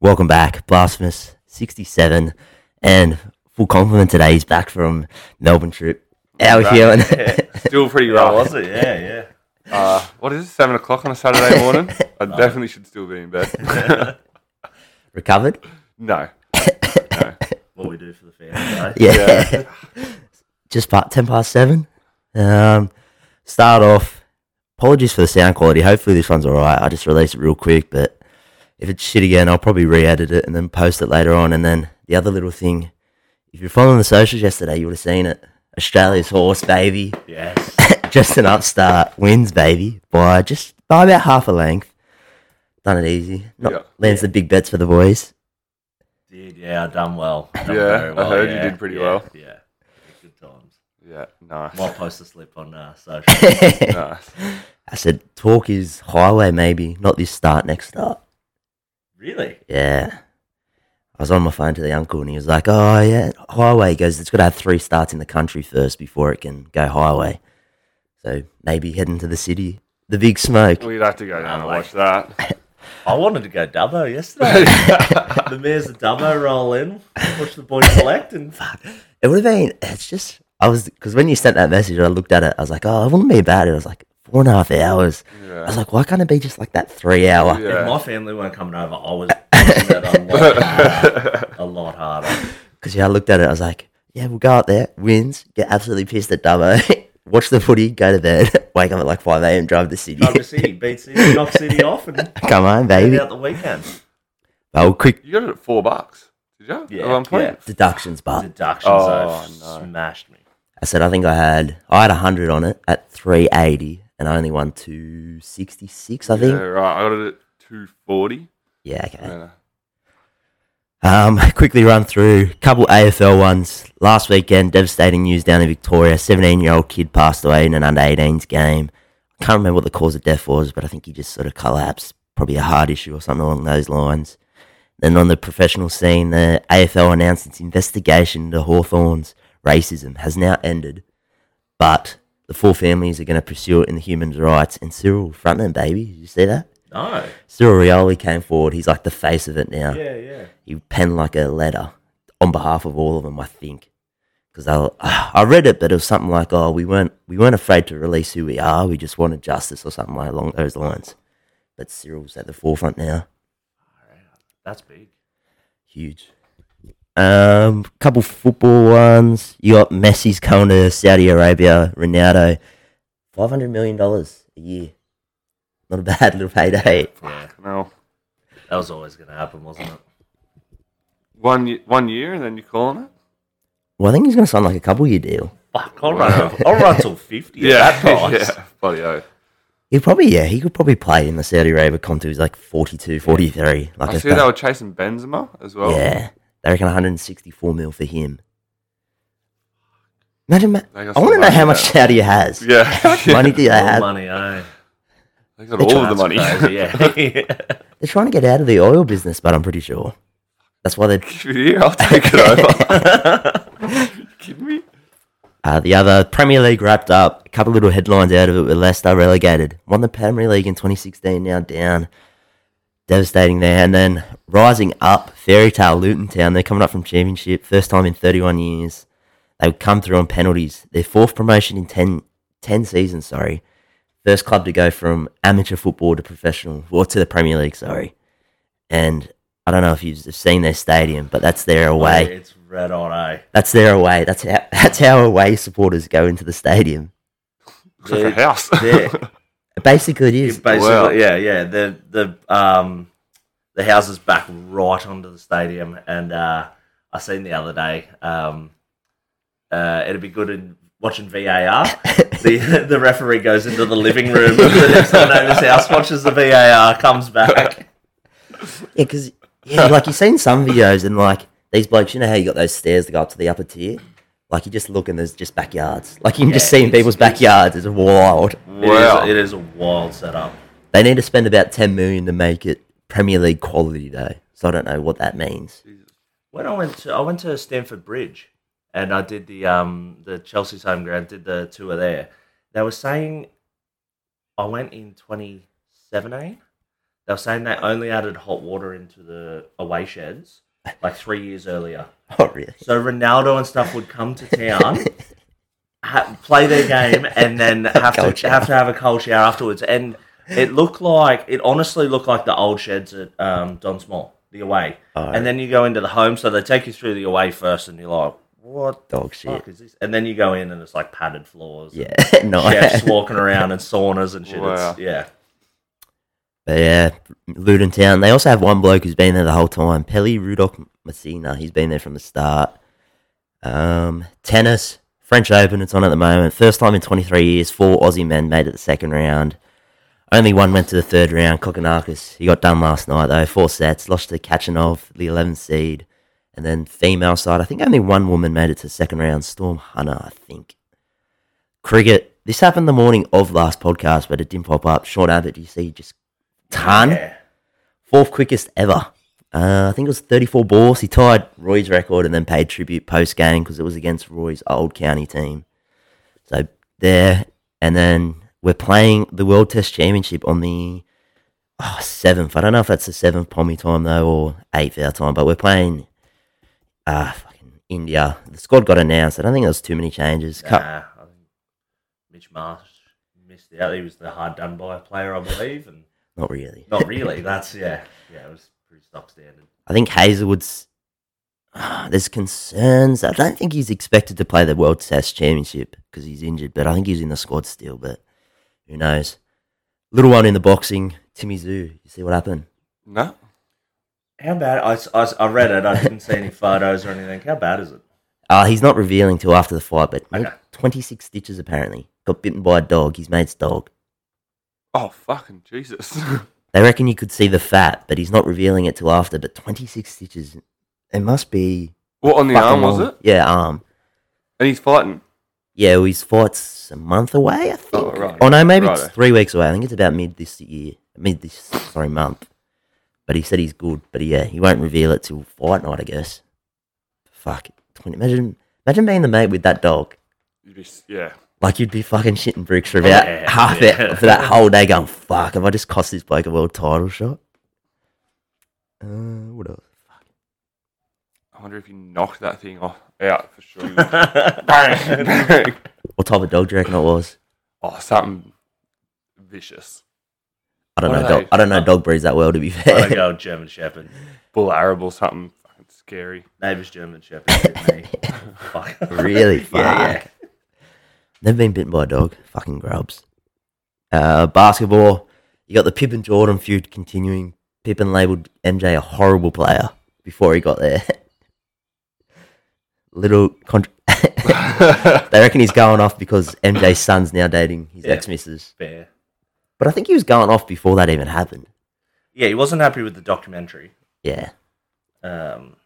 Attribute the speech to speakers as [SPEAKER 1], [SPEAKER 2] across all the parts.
[SPEAKER 1] Welcome back, Blasphemous 67 and full compliment today. He's back from Melbourne trip. How are we
[SPEAKER 2] Right.
[SPEAKER 1] feeling?
[SPEAKER 2] Yeah, Still pretty
[SPEAKER 3] Yeah,
[SPEAKER 2] rough.
[SPEAKER 3] was it? Yeah, yeah.
[SPEAKER 2] Uh, what is it? Seven o'clock on a Saturday morning. I definitely should still be in bed.
[SPEAKER 1] Recovered?
[SPEAKER 2] no.
[SPEAKER 3] What we do for the family. eh?
[SPEAKER 1] Yeah. Just about 10 past 7. Um, start off. Apologies for the sound quality. Hopefully, this one's all right. I just released it real quick, but if it's shit again, I'll probably re edit it and then post it later on. And then the other little thing if you're following the socials yesterday, you would have seen it. Australia's horse, baby.
[SPEAKER 3] Yes.
[SPEAKER 1] just an upstart wins, baby, by just by about half a length. Done it easy. Not,
[SPEAKER 2] Yeah.
[SPEAKER 1] Lands the big bets for the boys.
[SPEAKER 3] Did yeah, I done well. Done
[SPEAKER 2] Yeah,
[SPEAKER 3] very
[SPEAKER 2] I
[SPEAKER 3] well,
[SPEAKER 2] heard you
[SPEAKER 3] yeah,
[SPEAKER 2] did pretty
[SPEAKER 3] yeah,
[SPEAKER 2] well.
[SPEAKER 3] Yeah. Good times.
[SPEAKER 2] Yeah. Nice.
[SPEAKER 3] Might post a slip on uh, social.
[SPEAKER 2] nice.
[SPEAKER 1] I said, talk is highway, maybe not this start, next start.
[SPEAKER 3] really?
[SPEAKER 1] Yeah. I was on my phone to the uncle and he was like, oh, yeah, highway. He goes, it's got to have three starts in the country first before it can go highway. So maybe heading to the city. The big smoke.
[SPEAKER 2] We'd have to go down and
[SPEAKER 3] like-
[SPEAKER 2] watch that.
[SPEAKER 3] I wanted to go Dubbo yesterday. the mayor's of Dubbo roll in, watch the boys collect, and fuck.
[SPEAKER 1] It would have been, it's just, I was, because when you sent that message, I looked at it. I was like, oh, it wouldn't be bad. It was like four and a half hours. I was like, why can't it be just like that three hour?
[SPEAKER 3] If my
[SPEAKER 2] Yeah.
[SPEAKER 3] family weren't coming over, I was pushing it a lot harder. A lot harder.
[SPEAKER 1] Because yeah, I looked at it, I was like, yeah, we'll go out there, wins, get absolutely pissed at Dubbo, watch the footy, go to bed, wake up at like 5 a.m., drive to Sydney,
[SPEAKER 3] Dubbo City, beat City, knock City off, and
[SPEAKER 1] come on,
[SPEAKER 3] get
[SPEAKER 1] baby.
[SPEAKER 3] out the weekend.
[SPEAKER 1] Oh, quick
[SPEAKER 2] You got it at four bucks. Did you?
[SPEAKER 3] Yeah,
[SPEAKER 2] At one point.
[SPEAKER 3] yeah.
[SPEAKER 1] deductions, but
[SPEAKER 3] Deductions,
[SPEAKER 2] Oh,
[SPEAKER 3] though,
[SPEAKER 2] no.
[SPEAKER 3] smashed me.
[SPEAKER 1] I said, I think I had, I had 100 on it at 380 and I only won 266, I
[SPEAKER 2] Yeah,
[SPEAKER 1] think.
[SPEAKER 2] right. I got it at two forty.
[SPEAKER 1] Yeah, okay.
[SPEAKER 2] Yeah.
[SPEAKER 1] Um, quickly run through a couple AFL ones. Last weekend, devastating news down in Victoria. 17 year old kid passed away in an under 18s game. I can't remember what the cause of death was, but I think he just sort of collapsed. Probably a heart issue or something along those lines. Then on the professional scene, the AFL announced its investigation into Hawthorn's racism has now ended, but the four families are going to pursue it in the human rights. And Cyril Frontman, baby, did you see that?
[SPEAKER 3] No.
[SPEAKER 1] Cyril Rioli came forward. He's like the face of it now
[SPEAKER 3] Yeah, yeah.
[SPEAKER 1] he penned like a letter on behalf of all of them, I think. Because I, I read it, but it was something like, "Oh, we weren't we weren't afraid to release who we are. We just wanted justice or something like along those lines." But Cyril's at the forefront now,
[SPEAKER 3] That's big.
[SPEAKER 1] huge. Um, couple football ones. You got Messi's going to Saudi Arabia. Ronaldo, five hundred million dollars a year. Not a bad little payday.
[SPEAKER 3] Yeah,
[SPEAKER 2] No.
[SPEAKER 3] that was always going to happen, wasn't it?
[SPEAKER 2] One ye- one year, and then you calling it?
[SPEAKER 1] Well, I think he's going to sign like a couple year deal.
[SPEAKER 3] Fuck, I'll run, I'll run till 50 yeah.
[SPEAKER 2] Yeah.
[SPEAKER 3] at that price.
[SPEAKER 2] yeah. Bloody oath.
[SPEAKER 1] He probably yeah, he could probably play in the Saudi Arabia comp He's like 42, 43. Like
[SPEAKER 2] I
[SPEAKER 1] it's
[SPEAKER 2] see they
[SPEAKER 1] that-
[SPEAKER 2] were chasing Benzema as well.
[SPEAKER 1] Yeah. They reckon 164 mil for him. Imagine ma-
[SPEAKER 2] They got
[SPEAKER 1] I want to
[SPEAKER 2] some
[SPEAKER 1] know how
[SPEAKER 2] money
[SPEAKER 1] much Saudi has.
[SPEAKER 2] Yeah.
[SPEAKER 1] How much money do they
[SPEAKER 3] All
[SPEAKER 1] have?
[SPEAKER 3] money, eh?
[SPEAKER 2] They got all of the
[SPEAKER 3] That's
[SPEAKER 2] money.
[SPEAKER 3] crazy, yeah.
[SPEAKER 1] They're trying to get out of the oil business, but I'm pretty sure. That's why they're
[SPEAKER 2] Here, I'll take it over. you kidding me?
[SPEAKER 1] Uh, the other Premier League wrapped up. A couple little headlines out of it with Leicester relegated. Won the Premier League in 2016, now down. Devastating there. And then rising up, Fairy Tale Luton Town. They're coming up from Championship, first time in 31 years. They've come through on penalties. Their fourth promotion in 10, 10 seasons, sorry. First club to go from amateur football to professional, or to the Premier League, sorry. And I don't know if you've seen their stadium, but that's their away.
[SPEAKER 3] It's red on, eh?
[SPEAKER 1] That's their away. That's how that's how away supporters go into the stadium.
[SPEAKER 2] It's like a house.
[SPEAKER 3] They're,
[SPEAKER 1] Basically, it is.
[SPEAKER 3] basically,
[SPEAKER 2] Wow.
[SPEAKER 3] yeah, yeah. The, the, um, the house is back right onto the stadium. And uh, I seen the other day, um, uh, it'd be good in watching VAR. the, the referee goes into the living room, the next door neighbor's house, watches the VAR, comes back.
[SPEAKER 1] Yeah, because yeah, like you've seen some videos and like these blokes, you know how you got those stairs to go up to the upper tier. Like you just look and there's just backyards. Like you can just
[SPEAKER 3] Yeah,
[SPEAKER 1] see in
[SPEAKER 3] it's-
[SPEAKER 1] people's backyards. It's wild.
[SPEAKER 2] wow.
[SPEAKER 3] It, is, it is a wild setup.
[SPEAKER 1] They need to spend about ten million to make it Premier League quality though. So I don't know what that means.
[SPEAKER 3] When I went to I went to Stamford Bridge, and I did the um the Chelsea's home ground, did the tour there. They were saying I went in 2017. They were saying they only added hot water into the away sheds like three years earlier.
[SPEAKER 1] Oh, really?
[SPEAKER 3] So Ronaldo and stuff would come to town, ha- play their game, and then have
[SPEAKER 1] Cold
[SPEAKER 3] to
[SPEAKER 1] shower.
[SPEAKER 3] have to have a cold shower afterwards. And it looked like it honestly looked like the old sheds at um, Don Small, the away.
[SPEAKER 1] Oh.
[SPEAKER 3] And then you go into the home, so they take you through the away first, and you're like, "What the
[SPEAKER 1] Dog shit.
[SPEAKER 3] fuck is this?" And then you go in, and it's like padded floors. and
[SPEAKER 1] Yeah, no.
[SPEAKER 3] Chefs walking around and saunas and shit.
[SPEAKER 2] Wow.
[SPEAKER 3] It's, yeah.
[SPEAKER 1] But yeah, Luton Town. They also have one bloke who's been there the whole time. Peli Rudock Messina. He's been there from the start. Um, tennis, French Open. It's on at the moment. First time in 23 years. Four Aussie men made it the second round. Only one went to the third round. Kokonakis. He got done last night though. Four sets. Lost to Kachanov, the 11th seed. And then female side. I think only one woman made it to the second round. Storm Hunter, I think. Cricket. This happened the morning of last podcast, but it didn't pop up. Sean Abbott, you see, just ton
[SPEAKER 3] Yeah.
[SPEAKER 1] fourth quickest ever. Uh, I think it was 34 balls. He tied Roy's record and then paid tribute post game because it was against Roy's old county team. So there, and then we're playing the World Test Championship on the oh, seventh. I don't know if that's the seventh Pommy time though or eighth our time, but we're playing uh, fucking India. The squad got announced. I don't think there was too many changes. Cu-
[SPEAKER 3] Nah, I think Mitch Marsh missed out. He was the hard done by player, I believe, and
[SPEAKER 1] Not really.
[SPEAKER 3] not really. That's yeah, yeah. It was pretty stock standard.
[SPEAKER 1] I think Hazelwood's. Ah, there's concerns. I don't think he's expected to play the World Test Championship because he's injured, but I think he's in the squad still. But who knows? Little one in the boxing, Timmy Zoo. You see what happened?
[SPEAKER 2] No.
[SPEAKER 3] How bad? I, s- I s- I read it. I didn't see any photos or anything. How bad is it?
[SPEAKER 1] Uh, he's not revealing till after the fight, but I think
[SPEAKER 3] Okay.
[SPEAKER 1] 26 stitches apparently. Got bitten by a dog, his mate's dog.
[SPEAKER 2] Oh fucking Jesus.
[SPEAKER 1] They reckon you could see the fat, but he's not revealing it till after. But 26 stitches, it must be.
[SPEAKER 2] what on the
[SPEAKER 1] fucking
[SPEAKER 2] arm was
[SPEAKER 1] long.
[SPEAKER 2] it?
[SPEAKER 1] Yeah, arm.
[SPEAKER 2] And he's fighting.
[SPEAKER 1] Yeah, well, his fight's a month away, I think.
[SPEAKER 2] Oh,
[SPEAKER 1] Oh,
[SPEAKER 2] right.
[SPEAKER 1] no, maybe it's
[SPEAKER 2] Righto.
[SPEAKER 1] three weeks away. I think it's about mid this year, mid this sorry month. But he said he's good. But yeah, he won't reveal it till fight night, I guess. Fuck, 20, imagine imagine being the mate with that dog.
[SPEAKER 2] You just yeah.
[SPEAKER 1] Like you'd be fucking shitting bricks for about
[SPEAKER 3] yeah,
[SPEAKER 1] half
[SPEAKER 3] yeah.
[SPEAKER 1] it for that whole day, going fuck. Have I just cost this bloke a world title shot? Uh, what else?
[SPEAKER 2] I wonder if you knocked that thing off out for sure. bang, bang.
[SPEAKER 1] What type of dog do you reckon it was?
[SPEAKER 2] Oh, something vicious.
[SPEAKER 1] I don't
[SPEAKER 2] What
[SPEAKER 1] know.
[SPEAKER 2] are
[SPEAKER 1] Dog,
[SPEAKER 2] they?
[SPEAKER 1] I don't know dog breeds that well, to be
[SPEAKER 3] I
[SPEAKER 1] fair.
[SPEAKER 3] go with German Shepherd.
[SPEAKER 2] Bull arable, something fucking scary.
[SPEAKER 3] Neighbour's German Shepherd bit me. Fuck.
[SPEAKER 1] really? Fuck.
[SPEAKER 3] Yeah, yeah.
[SPEAKER 1] Never been bitten by a dog. Fucking grubs. Uh, basketball. You got the Pippen Jordan feud continuing. Pippen labelled MJ a horrible player before he got there. Little. Contr- they reckon he's going off because MJ's son's now dating his
[SPEAKER 3] Yeah.
[SPEAKER 1] ex missus.
[SPEAKER 3] Fair.
[SPEAKER 1] But I think he was going off before that even happened.
[SPEAKER 3] Yeah, he wasn't happy with the documentary.
[SPEAKER 1] Yeah.
[SPEAKER 3] Um,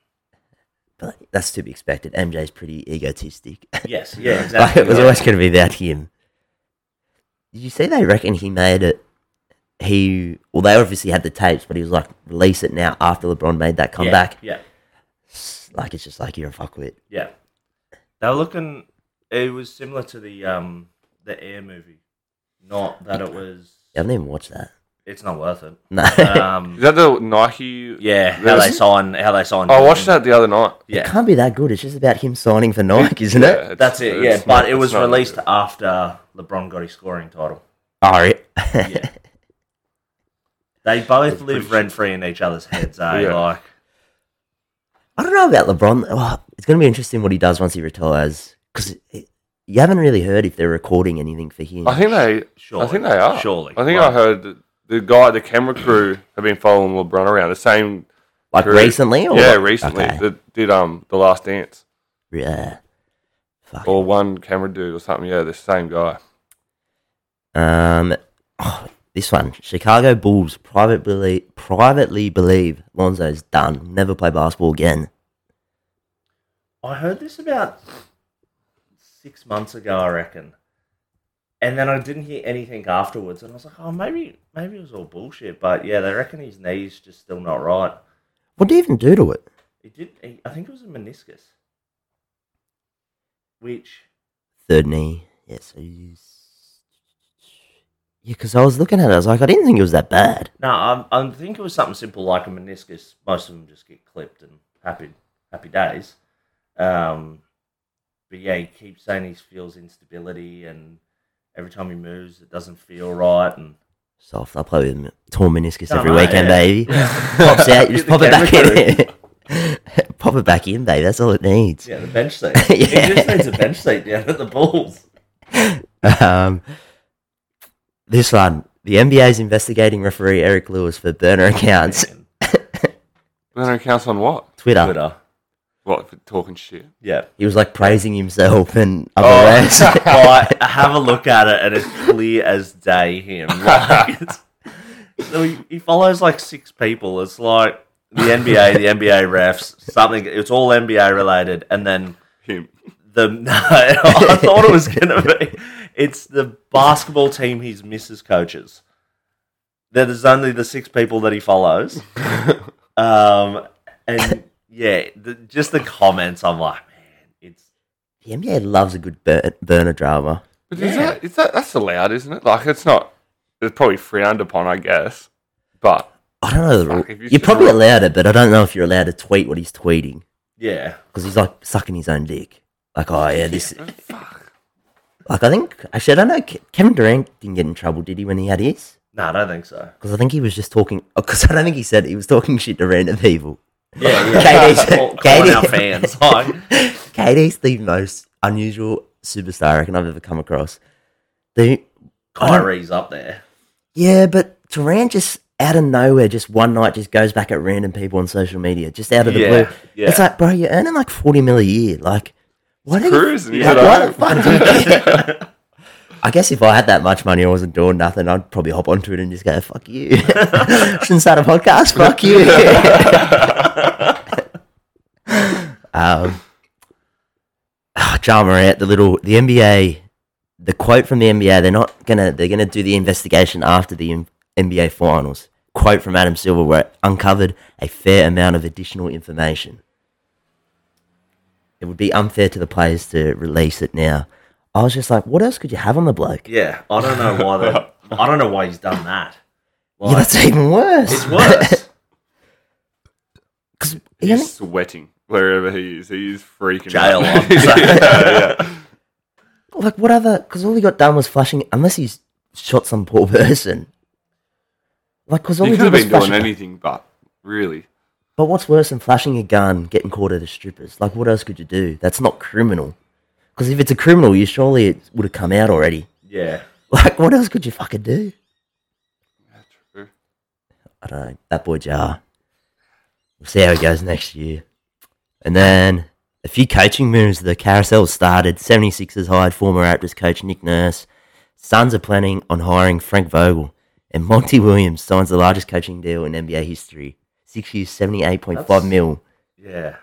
[SPEAKER 1] But that's to be expected. MJ's pretty egotistic.
[SPEAKER 3] yes, yeah,
[SPEAKER 1] Like,
[SPEAKER 3] exactly.
[SPEAKER 1] it was always going to be about him. Did you see they reckon he made it? He, well, they obviously had the tapes, but he was like, release it now after LeBron made that
[SPEAKER 3] yeah,
[SPEAKER 1] comeback.
[SPEAKER 3] Yeah,
[SPEAKER 1] It's Like, it's just like, you're a fuckwit.
[SPEAKER 3] yeah. They were looking. It was similar to the um the Air movie. Not that it was.
[SPEAKER 1] I haven't even watched that.
[SPEAKER 3] It's not worth it.
[SPEAKER 1] No.
[SPEAKER 2] Is
[SPEAKER 3] Um,
[SPEAKER 2] that the Nike?
[SPEAKER 3] yeah, how they sign. How they sign.
[SPEAKER 2] Oh, I watched
[SPEAKER 3] Jordan.
[SPEAKER 2] that the other night.
[SPEAKER 1] It
[SPEAKER 3] Yeah,
[SPEAKER 1] can't be that good. It's just about him signing for Nike, isn't
[SPEAKER 2] Yeah,
[SPEAKER 1] it?
[SPEAKER 2] it's-
[SPEAKER 3] That's it, yeah.
[SPEAKER 2] it's
[SPEAKER 3] But
[SPEAKER 2] not-
[SPEAKER 3] it was
[SPEAKER 2] it's not-
[SPEAKER 3] released after LeBron got his scoring title.
[SPEAKER 1] Oh, re-
[SPEAKER 3] Yeah. they both
[SPEAKER 2] pretty
[SPEAKER 3] live rent free in each other's heads, eh?
[SPEAKER 2] Yeah.
[SPEAKER 3] Like,
[SPEAKER 1] I don't know about LeBron. Oh, it's going to be interesting what he does once he retires because you haven't really heard if they're recording anything for him.
[SPEAKER 2] I think they.
[SPEAKER 3] surely.
[SPEAKER 2] I think they are.
[SPEAKER 3] Surely.
[SPEAKER 2] I think I
[SPEAKER 3] Like,
[SPEAKER 2] heard that the guy, the camera crew, have been following LeBron around. The same.
[SPEAKER 1] like
[SPEAKER 2] crew-
[SPEAKER 1] recently, or
[SPEAKER 2] Yeah, recently
[SPEAKER 1] Okay.
[SPEAKER 2] that did um the Last Dance
[SPEAKER 1] Yeah. Fuck.
[SPEAKER 2] or one camera dude or something. Yeah, the same guy.
[SPEAKER 1] Um, oh, this one, Chicago Bulls privately privately believe Lonzo's done. Never play basketball again.
[SPEAKER 3] I heard this about six months ago, I reckon. And then I didn't hear anything afterwards, and I was like, "Oh, maybe, maybe it was all bullshit." But yeah, they reckon his knee's just still not right.
[SPEAKER 1] What do you even do to it?
[SPEAKER 3] It did. He, I think it was a meniscus, which
[SPEAKER 1] Third knee. Yeah, so he's, Yeah, because I was looking at it, I was like, I didn't think it was that bad.
[SPEAKER 3] No, I, I think it was something simple like a meniscus. Most of them just get clipped and happy, happy days. Um, but yeah, he keeps saying he feels instability, and every time he moves, it doesn't feel right. And
[SPEAKER 1] Soft. I play with torn meniscus
[SPEAKER 3] No,
[SPEAKER 1] every
[SPEAKER 3] mate,
[SPEAKER 1] weekend,
[SPEAKER 3] yeah.
[SPEAKER 1] baby. Pops out, you just
[SPEAKER 3] The
[SPEAKER 1] pop it back
[SPEAKER 3] camera
[SPEAKER 1] in. pop it back in, babe. That's all it needs.
[SPEAKER 3] yeah, the bench seat.
[SPEAKER 1] Yeah.
[SPEAKER 3] He just needs a bench seat down at the Bulls.
[SPEAKER 1] Um, this one. The NBA's investigating referee Eric Lewis for burner accounts.
[SPEAKER 3] Man,
[SPEAKER 2] Burner accounts on what?
[SPEAKER 1] Twitter.
[SPEAKER 3] Twitter.
[SPEAKER 2] What for talking shit?
[SPEAKER 3] uh, Yeah.
[SPEAKER 1] He was like praising himself and other
[SPEAKER 3] Oh.
[SPEAKER 1] rest.
[SPEAKER 3] I have a look at it and it's clear as day him. Like, it's- so he, he follows like six people. It's like the NBA, the NBA refs, something. It's all NBA related. And then
[SPEAKER 2] Him.
[SPEAKER 3] the. No, I thought it was going to be. It's the basketball team his missus coaches. There's only the six people that he follows. Um, and yeah, the, just the comments, I'm like, man, it's.
[SPEAKER 1] the NBA loves a good bur- burner drama.
[SPEAKER 2] But is that is that that's allowed, isn't it? Like it's not. It's probably frowned upon, I guess. But
[SPEAKER 1] I don't know. The
[SPEAKER 2] Fuck,
[SPEAKER 1] rule.
[SPEAKER 2] if you
[SPEAKER 1] You're
[SPEAKER 2] should-
[SPEAKER 1] probably allowed it, but I don't know if you're allowed to tweet what he's tweeting
[SPEAKER 3] Yeah.
[SPEAKER 1] because he's like sucking his own dick. Like, oh yeah, this.
[SPEAKER 2] fuck.
[SPEAKER 1] Like, I think actually, I don't know. Ke- Kevin Durant didn't get in trouble, did he, when he had his?
[SPEAKER 3] No, I don't think so.
[SPEAKER 1] Because I think he was just talking. Because I don't think he said he was talking shit to random people.
[SPEAKER 3] Yeah,
[SPEAKER 1] KD's
[SPEAKER 3] Call- calling our fans. Like,
[SPEAKER 1] KD's the most unusual superstar I reckon I've ever come across. The
[SPEAKER 3] Kyrie's up there.
[SPEAKER 1] Yeah, but Durant just out of nowhere, just one night, just goes back at random people on social media, just out of the
[SPEAKER 3] Yeah,
[SPEAKER 1] blue.
[SPEAKER 3] yeah.
[SPEAKER 1] It's like, bro, you're earning like forty mil a year. Like, what? Are you,
[SPEAKER 2] Cruising.
[SPEAKER 3] Yeah,
[SPEAKER 2] Yeah,
[SPEAKER 1] like, why the
[SPEAKER 2] you know?
[SPEAKER 1] fuck do you care? I guess if I had that much money, I wasn't doing nothing. I'd probably hop onto it and just go, "Fuck you." Shouldn't start a podcast. Fuck you. um, oh, Ja Morant, the little the NBA, the quote from the NBA. They're not gonna. They're gonna do the investigation after the in- NBA finals. Quote from Adam Silver, where it uncovered a fair amount of additional information. It would be unfair to the players to release it now. I was just like, what else could you have on the bloke?
[SPEAKER 3] Yeah, I don't know why that. I don't know why he's done that.
[SPEAKER 1] Yeah, that's even worse.
[SPEAKER 3] It's worse.
[SPEAKER 1] 'Cause he only-
[SPEAKER 2] He's sweating wherever he is. He is freaking
[SPEAKER 3] Jail.
[SPEAKER 2] out.
[SPEAKER 3] I'm saying.
[SPEAKER 1] like what other because all he got done was flashing unless he's shot some poor person like because all
[SPEAKER 2] You
[SPEAKER 1] he
[SPEAKER 2] could have
[SPEAKER 1] did was
[SPEAKER 2] been
[SPEAKER 1] flashing
[SPEAKER 2] doing anything, but really,
[SPEAKER 1] but what's worse than flashing a gun getting caught at a strippers like what else could you do that's not criminal because if it's a criminal you surely it would have come out already
[SPEAKER 3] yeah.
[SPEAKER 1] like what else could you fucking do
[SPEAKER 2] yeah, true.
[SPEAKER 1] i don't know that boy jar we'll see how he goes next year and then a few coaching moves the carousel started 76ers hired former raptors coach nick nurse Suns are planning on hiring Frank Vogel, and Monty Williams signs the largest coaching deal in NBA history. Six years, 78.5
[SPEAKER 3] That's-
[SPEAKER 1] mil.
[SPEAKER 3] Yeah.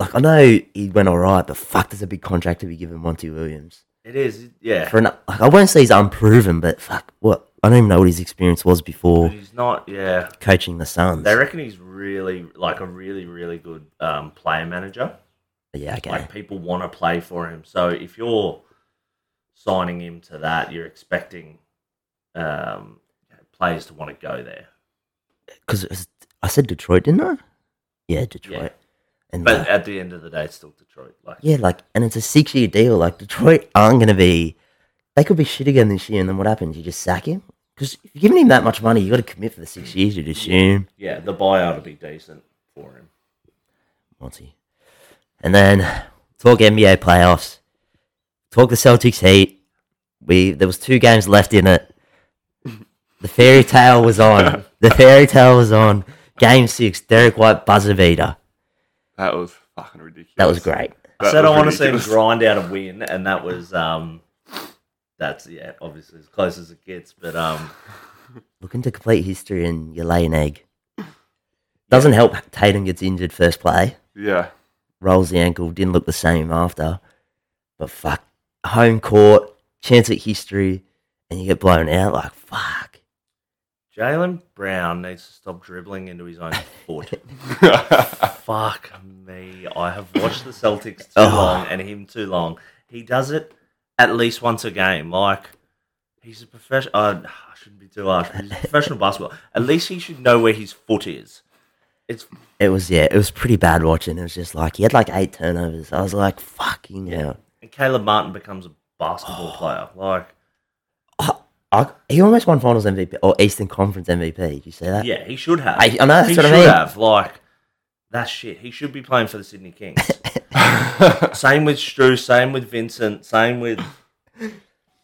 [SPEAKER 1] Like, I know he went all right, but fuck, there's a big contract to be given Monty Williams.
[SPEAKER 3] It is. Yeah.
[SPEAKER 1] For an, like, I won't say he's unproven, but fuck, what? I don't even know what his experience was
[SPEAKER 3] But
[SPEAKER 1] before
[SPEAKER 3] he's not. Yeah.
[SPEAKER 1] coaching the Suns.
[SPEAKER 3] They reckon he's really like a really really good um, player manager.
[SPEAKER 1] yeah, okay.
[SPEAKER 3] Like people want to play for him. So if you're signing him to that, you're expecting um, players to want to go there.
[SPEAKER 1] Because I said Detroit, didn't I? Yeah, Detroit. And
[SPEAKER 3] But
[SPEAKER 1] like-
[SPEAKER 3] at the end of the day, it's still Detroit. Like,
[SPEAKER 1] Yeah, like, and it's a six year deal. Like, Detroit aren't going to be, they could be shit again this year. And then what happens? You just sack him? Because if you're giving him that much money, you got to commit for the six years, you'd assume.
[SPEAKER 3] yeah, the buyout will be decent for him.
[SPEAKER 1] Monty. And then talk NBA playoffs, talk the Celtics Heat. We There was two games left in it. The fairy tale was on. the fairy tale was on. Game six, Derek White buzzer beater.
[SPEAKER 2] that was fucking ridiculous.
[SPEAKER 1] That was great.
[SPEAKER 3] I said I
[SPEAKER 2] was
[SPEAKER 3] want to see him
[SPEAKER 2] ridiculous.
[SPEAKER 3] grind out a win, and that was um, that's yeah, obviously as close as it gets. But um,
[SPEAKER 1] looking to complete history and you lay an egg. Doesn't help Tatum gets injured first play,
[SPEAKER 2] Yeah,
[SPEAKER 1] rolls the ankle, didn't look the same after. But fuck, home court, chance at history, and you get blown out like fuck.
[SPEAKER 3] Jalen Brown needs to stop dribbling into his own foot. Fuck me, I have watched the Celtics too
[SPEAKER 1] Oh.
[SPEAKER 3] long and him too long. He does it at least once a game. Like he He's a professional. Uh, I shouldn't be too harsh. But he's a professional basketball. At least he should know where his foot is. It's
[SPEAKER 1] It was yeah, it was pretty bad watching. It was just like he had like eight turnovers. I was like, fucking hell.
[SPEAKER 3] and Caleb Martin becomes a basketball player. Like,
[SPEAKER 1] I, he almost won Finals MVP or Eastern Conference MVP. Did you see that?
[SPEAKER 3] yeah, he should have.
[SPEAKER 1] I- I know, that's
[SPEAKER 3] he
[SPEAKER 1] what I
[SPEAKER 3] should
[SPEAKER 1] mean.
[SPEAKER 3] have. Like, that's shit. He should be playing for the Sydney Kings. same with Stru. Same with Vincent. Same with.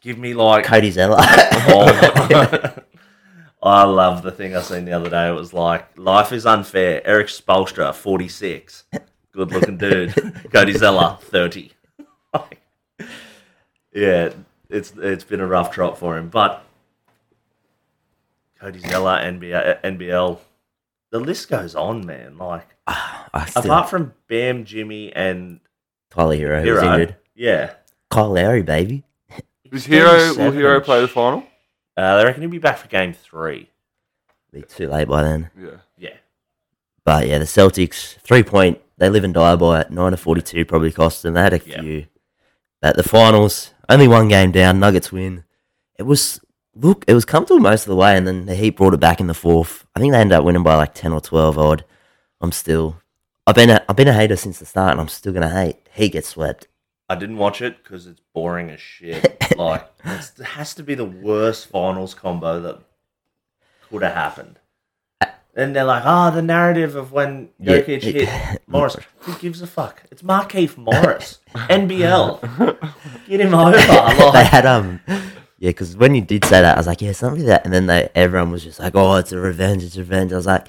[SPEAKER 3] Give me like
[SPEAKER 1] Cody Zeller.
[SPEAKER 3] Oh. I love the thing I seen the other day. It was like, life is unfair. Eric Spolstra, 46. Good looking dude. Cody Zeller, 30. Like, yeah, it's it's been a rough trot for him. But Cody Zeller, NBA, NBL, the list goes on, man. Like,
[SPEAKER 1] Ah, I still,
[SPEAKER 3] apart from Bam, Jimmy, and
[SPEAKER 1] Tyler Hero, was
[SPEAKER 3] Hero.
[SPEAKER 1] injured.
[SPEAKER 3] Yeah.
[SPEAKER 1] Kyle Lowry, baby.
[SPEAKER 2] Does Hero will
[SPEAKER 3] 37.
[SPEAKER 2] Hero play the final?
[SPEAKER 3] Uh, they reckon he'll be back for game three.
[SPEAKER 1] Be too late by then.
[SPEAKER 2] Yeah.
[SPEAKER 3] Yeah.
[SPEAKER 1] But yeah, the Celtics three point. They live and die by it. Nine to forty two probably cost them. They had a
[SPEAKER 3] Yeah.
[SPEAKER 1] few. But the finals, only one game down. Nuggets win. It was look. It was comfortable most of the way, and then the Heat brought it back in the fourth. I think they ended up winning by like ten or twelve odd. I'm still. I've been a, I've been a hater since the start, and I'm still gonna hate. Heat gets swept.
[SPEAKER 3] I didn't watch it because it's boring as shit. like, it's, it has to be the worst finals combo that could have happened. And they're like, oh, the narrative of when
[SPEAKER 1] Yeah,
[SPEAKER 3] Jokic
[SPEAKER 1] it-
[SPEAKER 3] hit Morris. Who gives a fuck? It's Markeith Morris. NBL. Get him over.
[SPEAKER 1] they
[SPEAKER 3] Like,
[SPEAKER 1] had um. Yeah, because when you did say that, I was like, yeah, something like that. And then they, everyone was just like, oh, it's a revenge, it's revenge. I was like,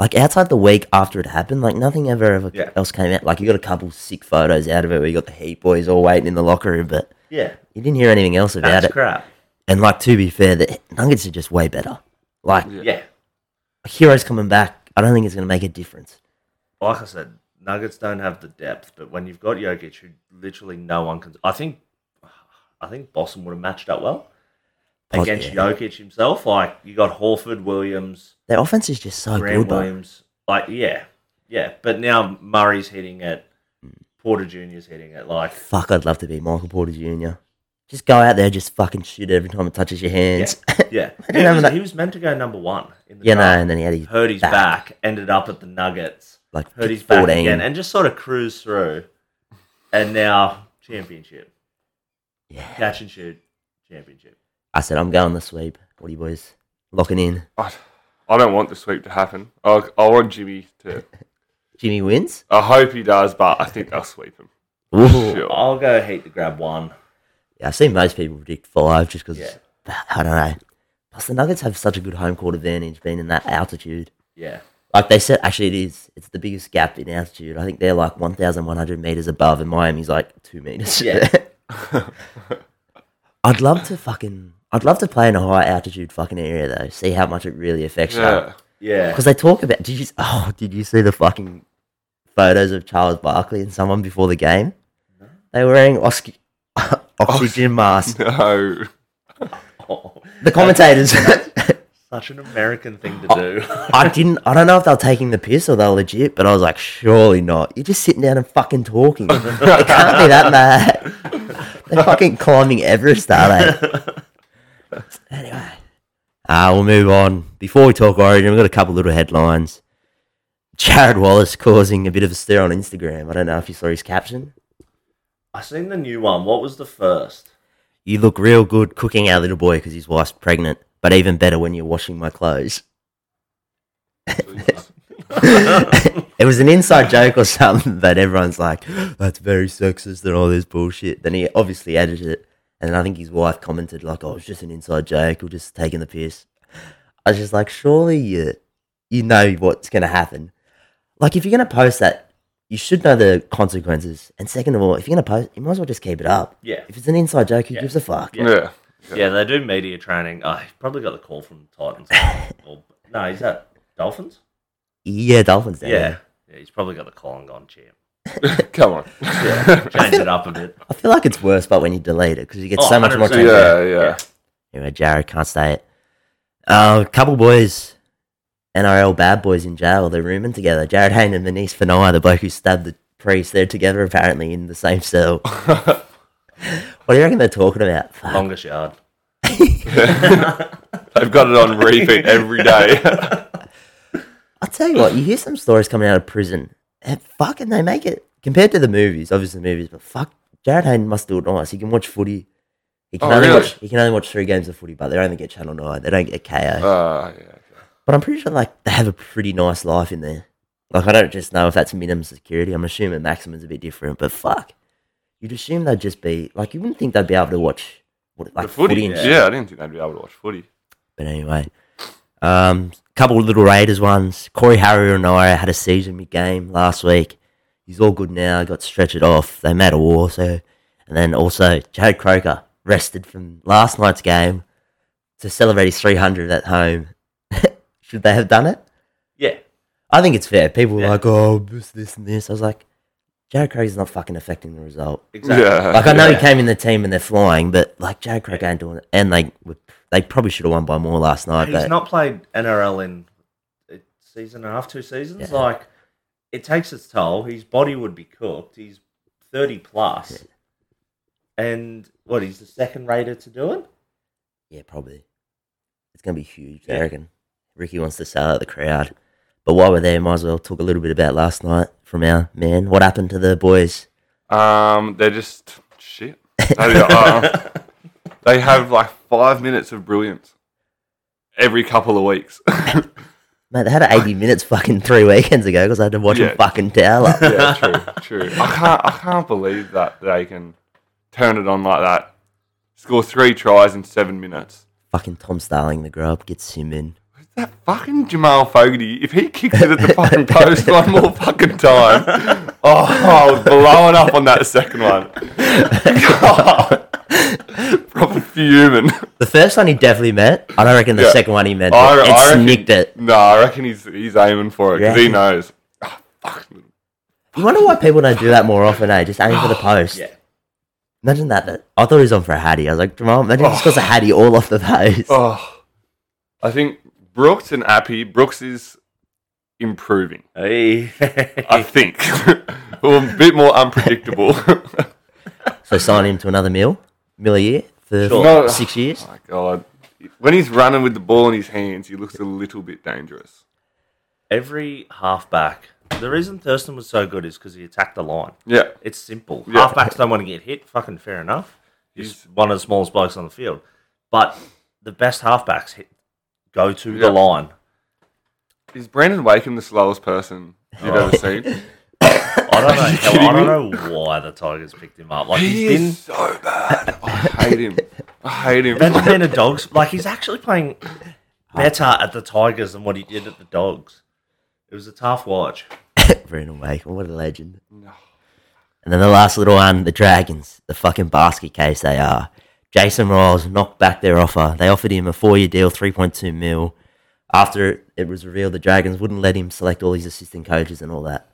[SPEAKER 1] like outside the week after it happened, like nothing ever ever
[SPEAKER 3] Yeah.
[SPEAKER 1] else came out. Like you got a couple sick photos out of it where you got the Heat boys all waiting in the locker room, but
[SPEAKER 3] yeah,
[SPEAKER 1] you didn't hear anything else about
[SPEAKER 3] that's
[SPEAKER 1] it.
[SPEAKER 3] crap.
[SPEAKER 1] And like to be fair, the Nuggets are just way better. Like
[SPEAKER 2] Yeah.
[SPEAKER 3] Yeah.
[SPEAKER 1] Heroes coming back, I don't think it's gonna make a difference.
[SPEAKER 3] Like I said, Nuggets don't have the depth, but when you've got Jokic, who literally no one can. I think, I think Boston would have matched up well
[SPEAKER 1] Pos-
[SPEAKER 3] against
[SPEAKER 1] yeah.
[SPEAKER 3] Jokic himself. Like you got Horford, Williams,
[SPEAKER 1] Their offense is just so
[SPEAKER 3] Grant
[SPEAKER 1] good. though.
[SPEAKER 3] Williams. Like, yeah, yeah. But now Murray's hitting it.
[SPEAKER 1] Hmm.
[SPEAKER 3] Porter Jr.'s hitting it. Like,
[SPEAKER 1] Fuck, I'd love to be Michael Porter Jr. Just go out there, just fucking shoot every time it touches your
[SPEAKER 3] yeah,
[SPEAKER 1] hands.
[SPEAKER 3] yeah.
[SPEAKER 1] don't
[SPEAKER 3] he,
[SPEAKER 1] have
[SPEAKER 3] was,
[SPEAKER 1] that-
[SPEAKER 3] he was meant to go number one in the
[SPEAKER 1] You know,
[SPEAKER 3] draft.
[SPEAKER 1] and then he had his
[SPEAKER 3] Hurt his back.
[SPEAKER 1] back.
[SPEAKER 3] ended up at the Nuggets.
[SPEAKER 1] like
[SPEAKER 3] Hurt his back
[SPEAKER 1] 14.
[SPEAKER 3] again, and just sort of cruised through. And now championship,
[SPEAKER 1] yeah.
[SPEAKER 3] catch and shoot, championship.
[SPEAKER 1] I said, I'm going the sweep. What do you boys locking in?
[SPEAKER 2] I, I don't want the sweep to happen. I, I want Jimmy to.
[SPEAKER 1] Jimmy wins.
[SPEAKER 2] I hope he does, but I think they'll sweep him.
[SPEAKER 1] Ooh.
[SPEAKER 2] Sure.
[SPEAKER 3] I'll go Heat to grab one.
[SPEAKER 1] Yeah, I've seen most people predict five just because
[SPEAKER 3] Yeah.
[SPEAKER 1] I don't know. Plus, the Nuggets have such a good home court advantage being in that altitude.
[SPEAKER 3] Yeah,
[SPEAKER 1] Like they said, actually, it is. It's the biggest gap in altitude. I think they're like 1,100 meters above, and Miami's like two meters.
[SPEAKER 3] Yeah.
[SPEAKER 1] I'd love to fucking. I'd love to play in a high altitude fucking area though. See how much it really affects you.
[SPEAKER 2] Yeah.
[SPEAKER 3] yeah.
[SPEAKER 1] Because they talk about did you oh did you see the fucking photos of Charles Barkley and someone before the game? They were wearing oxy- oxygen masks.
[SPEAKER 2] No.
[SPEAKER 3] Oh,
[SPEAKER 1] The commentators.
[SPEAKER 3] such an American thing to
[SPEAKER 1] Oh.
[SPEAKER 3] do.
[SPEAKER 1] I didn't. I don't know if they were taking the piss or they were legit, but I was like, surely not. You're just sitting down and fucking talking. it can't be that bad. They're fucking climbing Everest, are they? anyway, uh, we'll move on. Before we talk Origin, we've got a couple little headlines. Jared Wallace causing a bit of a stir on Instagram. I don't know if you saw his caption.
[SPEAKER 3] I seen the new one. What was the first?
[SPEAKER 1] You look real good cooking our little boy because his wife's pregnant, but even better when you're washing my clothes. It was an inside joke or something, but everyone's like, that's very sexist and all this bullshit. Then he obviously edited it. And then I think his wife commented, like, oh, it's just an inside joke. We're just taking the piss. I was just like, surely you, you know what's going to happen. Like, if you're going to post that, you should know the consequences. And second of all, if you're going to post, you might as well just keep it up.
[SPEAKER 3] Yeah.
[SPEAKER 1] If it's an inside joke, who gives a fuck?
[SPEAKER 2] Yeah.
[SPEAKER 3] Yeah, they do media training. Oh, he's probably got the call from the Titans. or, no, he's at Dolphins?
[SPEAKER 1] Yeah, Dolphins. down there.
[SPEAKER 3] Yeah, he's probably got the call and gone, champ.
[SPEAKER 2] Come on.
[SPEAKER 3] Yeah, change it up a bit.
[SPEAKER 1] I feel like it's worse, but when you delete it, because you get
[SPEAKER 3] Oh,
[SPEAKER 1] so much more.
[SPEAKER 3] 100%.
[SPEAKER 1] attention.
[SPEAKER 2] Yeah, yeah.
[SPEAKER 1] Anyway, Jared can't stay it. Uh, a couple boys, NRL bad boys in jail, they're rooming together. Jared Hayne and Denise Fanai, the bloke who stabbed the priest, they're together apparently in the same cell. what do you reckon they're talking about? Fuck.
[SPEAKER 3] Longest yard.
[SPEAKER 2] They've got it on repeat every day.
[SPEAKER 1] I'll tell you what, you hear some stories coming out of prison, and fucking they make it compared to the movies, obviously the movies, but fuck, Jared Hayden must do it nice. He can watch footy. He can
[SPEAKER 2] Oh,
[SPEAKER 1] only
[SPEAKER 2] really?
[SPEAKER 1] watch. He can only watch three games of footy, but they only get Channel Nine. They don't get KO.
[SPEAKER 2] Ah, yeah. okay.
[SPEAKER 1] But I'm pretty sure like they have a pretty nice life in there. Like I don't just know if that's minimum security. I'm assuming maximum's a bit different, but fuck. You'd assume they'd just be like you wouldn't think they'd be able to watch what, like
[SPEAKER 2] the footy.
[SPEAKER 1] footy and shit.
[SPEAKER 2] yeah, I didn't think they'd be able to watch footy.
[SPEAKER 1] But anyway, um, couple of little Raiders ones. Corey Harrier and I had a season mid game last week. He's all good now. Got stretched off. They made a war. So, and then also Jared Croker rested from last night's game to celebrate his 300 at home. Should they have done it?
[SPEAKER 3] yeah.
[SPEAKER 1] I think it's fair. People were
[SPEAKER 3] Yeah.
[SPEAKER 1] like, oh, this, this, and this. I was like, Jared Craig's not fucking affecting the result.
[SPEAKER 3] Exactly.
[SPEAKER 2] Yeah.
[SPEAKER 1] Like, I know
[SPEAKER 3] Yeah.
[SPEAKER 1] he came in the team and they're flying, but like, Jared Craig ain't doing it. And they were, they probably should have won by more last night,
[SPEAKER 3] He's
[SPEAKER 1] but
[SPEAKER 3] not played NRL in a season and a half, two seasons.
[SPEAKER 1] Yeah.
[SPEAKER 3] Like, it takes its toll. His body would be cooked. He's 30 plus. And what, he's the second rater to do it?
[SPEAKER 1] yeah, probably. It's going to be huge, I
[SPEAKER 3] Yeah.
[SPEAKER 1] reckon. Ricky wants to sell out the crowd. But while we're there, might as well talk a little bit about last night from our man. What happened to the boys?
[SPEAKER 2] Um, they're just shit. They, are- uh, they have like five minutes of brilliance every couple of weeks.
[SPEAKER 1] Mate, they had 80 minutes fucking three weekends ago because I had to watch
[SPEAKER 2] Yeah.
[SPEAKER 1] them fucking towel up.
[SPEAKER 2] yeah, true, true. I can't, I can't believe that they can turn it on like that. Score three tries in seven minutes.
[SPEAKER 1] fucking Tom Starling, the grub, gets him in.
[SPEAKER 2] That fucking Jamal Fogarty, if he kicks it at the fucking post one more fucking time, oh, I was blowing up on that second one. God. Proper fuming.
[SPEAKER 1] The first one he definitely met. I don't reckon the
[SPEAKER 2] Yeah.
[SPEAKER 1] second one he met.
[SPEAKER 2] I,
[SPEAKER 1] it
[SPEAKER 2] I reckon,
[SPEAKER 1] snicked it.
[SPEAKER 2] No, I reckon he's he's aiming for it because he
[SPEAKER 1] Reckon?
[SPEAKER 2] knows. Ah, fuck.
[SPEAKER 1] You wonder why people don't do that more often, eh? Just aim for
[SPEAKER 2] Oh,
[SPEAKER 1] the post.
[SPEAKER 3] Yeah.
[SPEAKER 1] Imagine that. that- I thought he was on for a Hattie. I was like, Jamal, imagine he's
[SPEAKER 2] Oh.
[SPEAKER 1] got a Hattie all off the post.
[SPEAKER 2] Oh, I think Brooks and Appy. Brooks is improving.
[SPEAKER 3] Hey.
[SPEAKER 2] I think. well, a bit more unpredictable.
[SPEAKER 1] So sign him to another mil, mil a year for
[SPEAKER 3] Sure.
[SPEAKER 2] No.
[SPEAKER 1] six years.
[SPEAKER 2] My God. When he's running with the ball in his hands, he looks a little bit dangerous.
[SPEAKER 3] Every halfback, the reason Thurston was so good is because he attacked the line.
[SPEAKER 2] Yeah.
[SPEAKER 3] It's simple.
[SPEAKER 2] Yeah.
[SPEAKER 3] Halfbacks don't want to get hit. Fucking fair enough. He's
[SPEAKER 2] He's-
[SPEAKER 3] one of the smallest blokes on the field. But the best halfbacks hit, go to
[SPEAKER 2] Yeah.
[SPEAKER 3] the line.
[SPEAKER 2] Is Brandon Wakem the slowest person you've
[SPEAKER 3] Oh.
[SPEAKER 2] ever seen?
[SPEAKER 3] I don't know. hell,
[SPEAKER 2] kidding
[SPEAKER 3] I don't know why the Tigers picked him up. Like
[SPEAKER 2] He
[SPEAKER 3] he's been.
[SPEAKER 2] is so bad. I hate him. I hate him.
[SPEAKER 3] Imagine being a dogs. Like he's actually playing better at the Tigers than what he did at the Dogs. It was a tough watch.
[SPEAKER 1] Brendan Wake, what a legend. And then the last little one, the Dragons, the fucking basket case they are. Jason Riles knocked back their offer. They offered him a four-year deal, 3.2 mil. After it was revealed the Dragons wouldn't let him select all his assistant coaches and all that.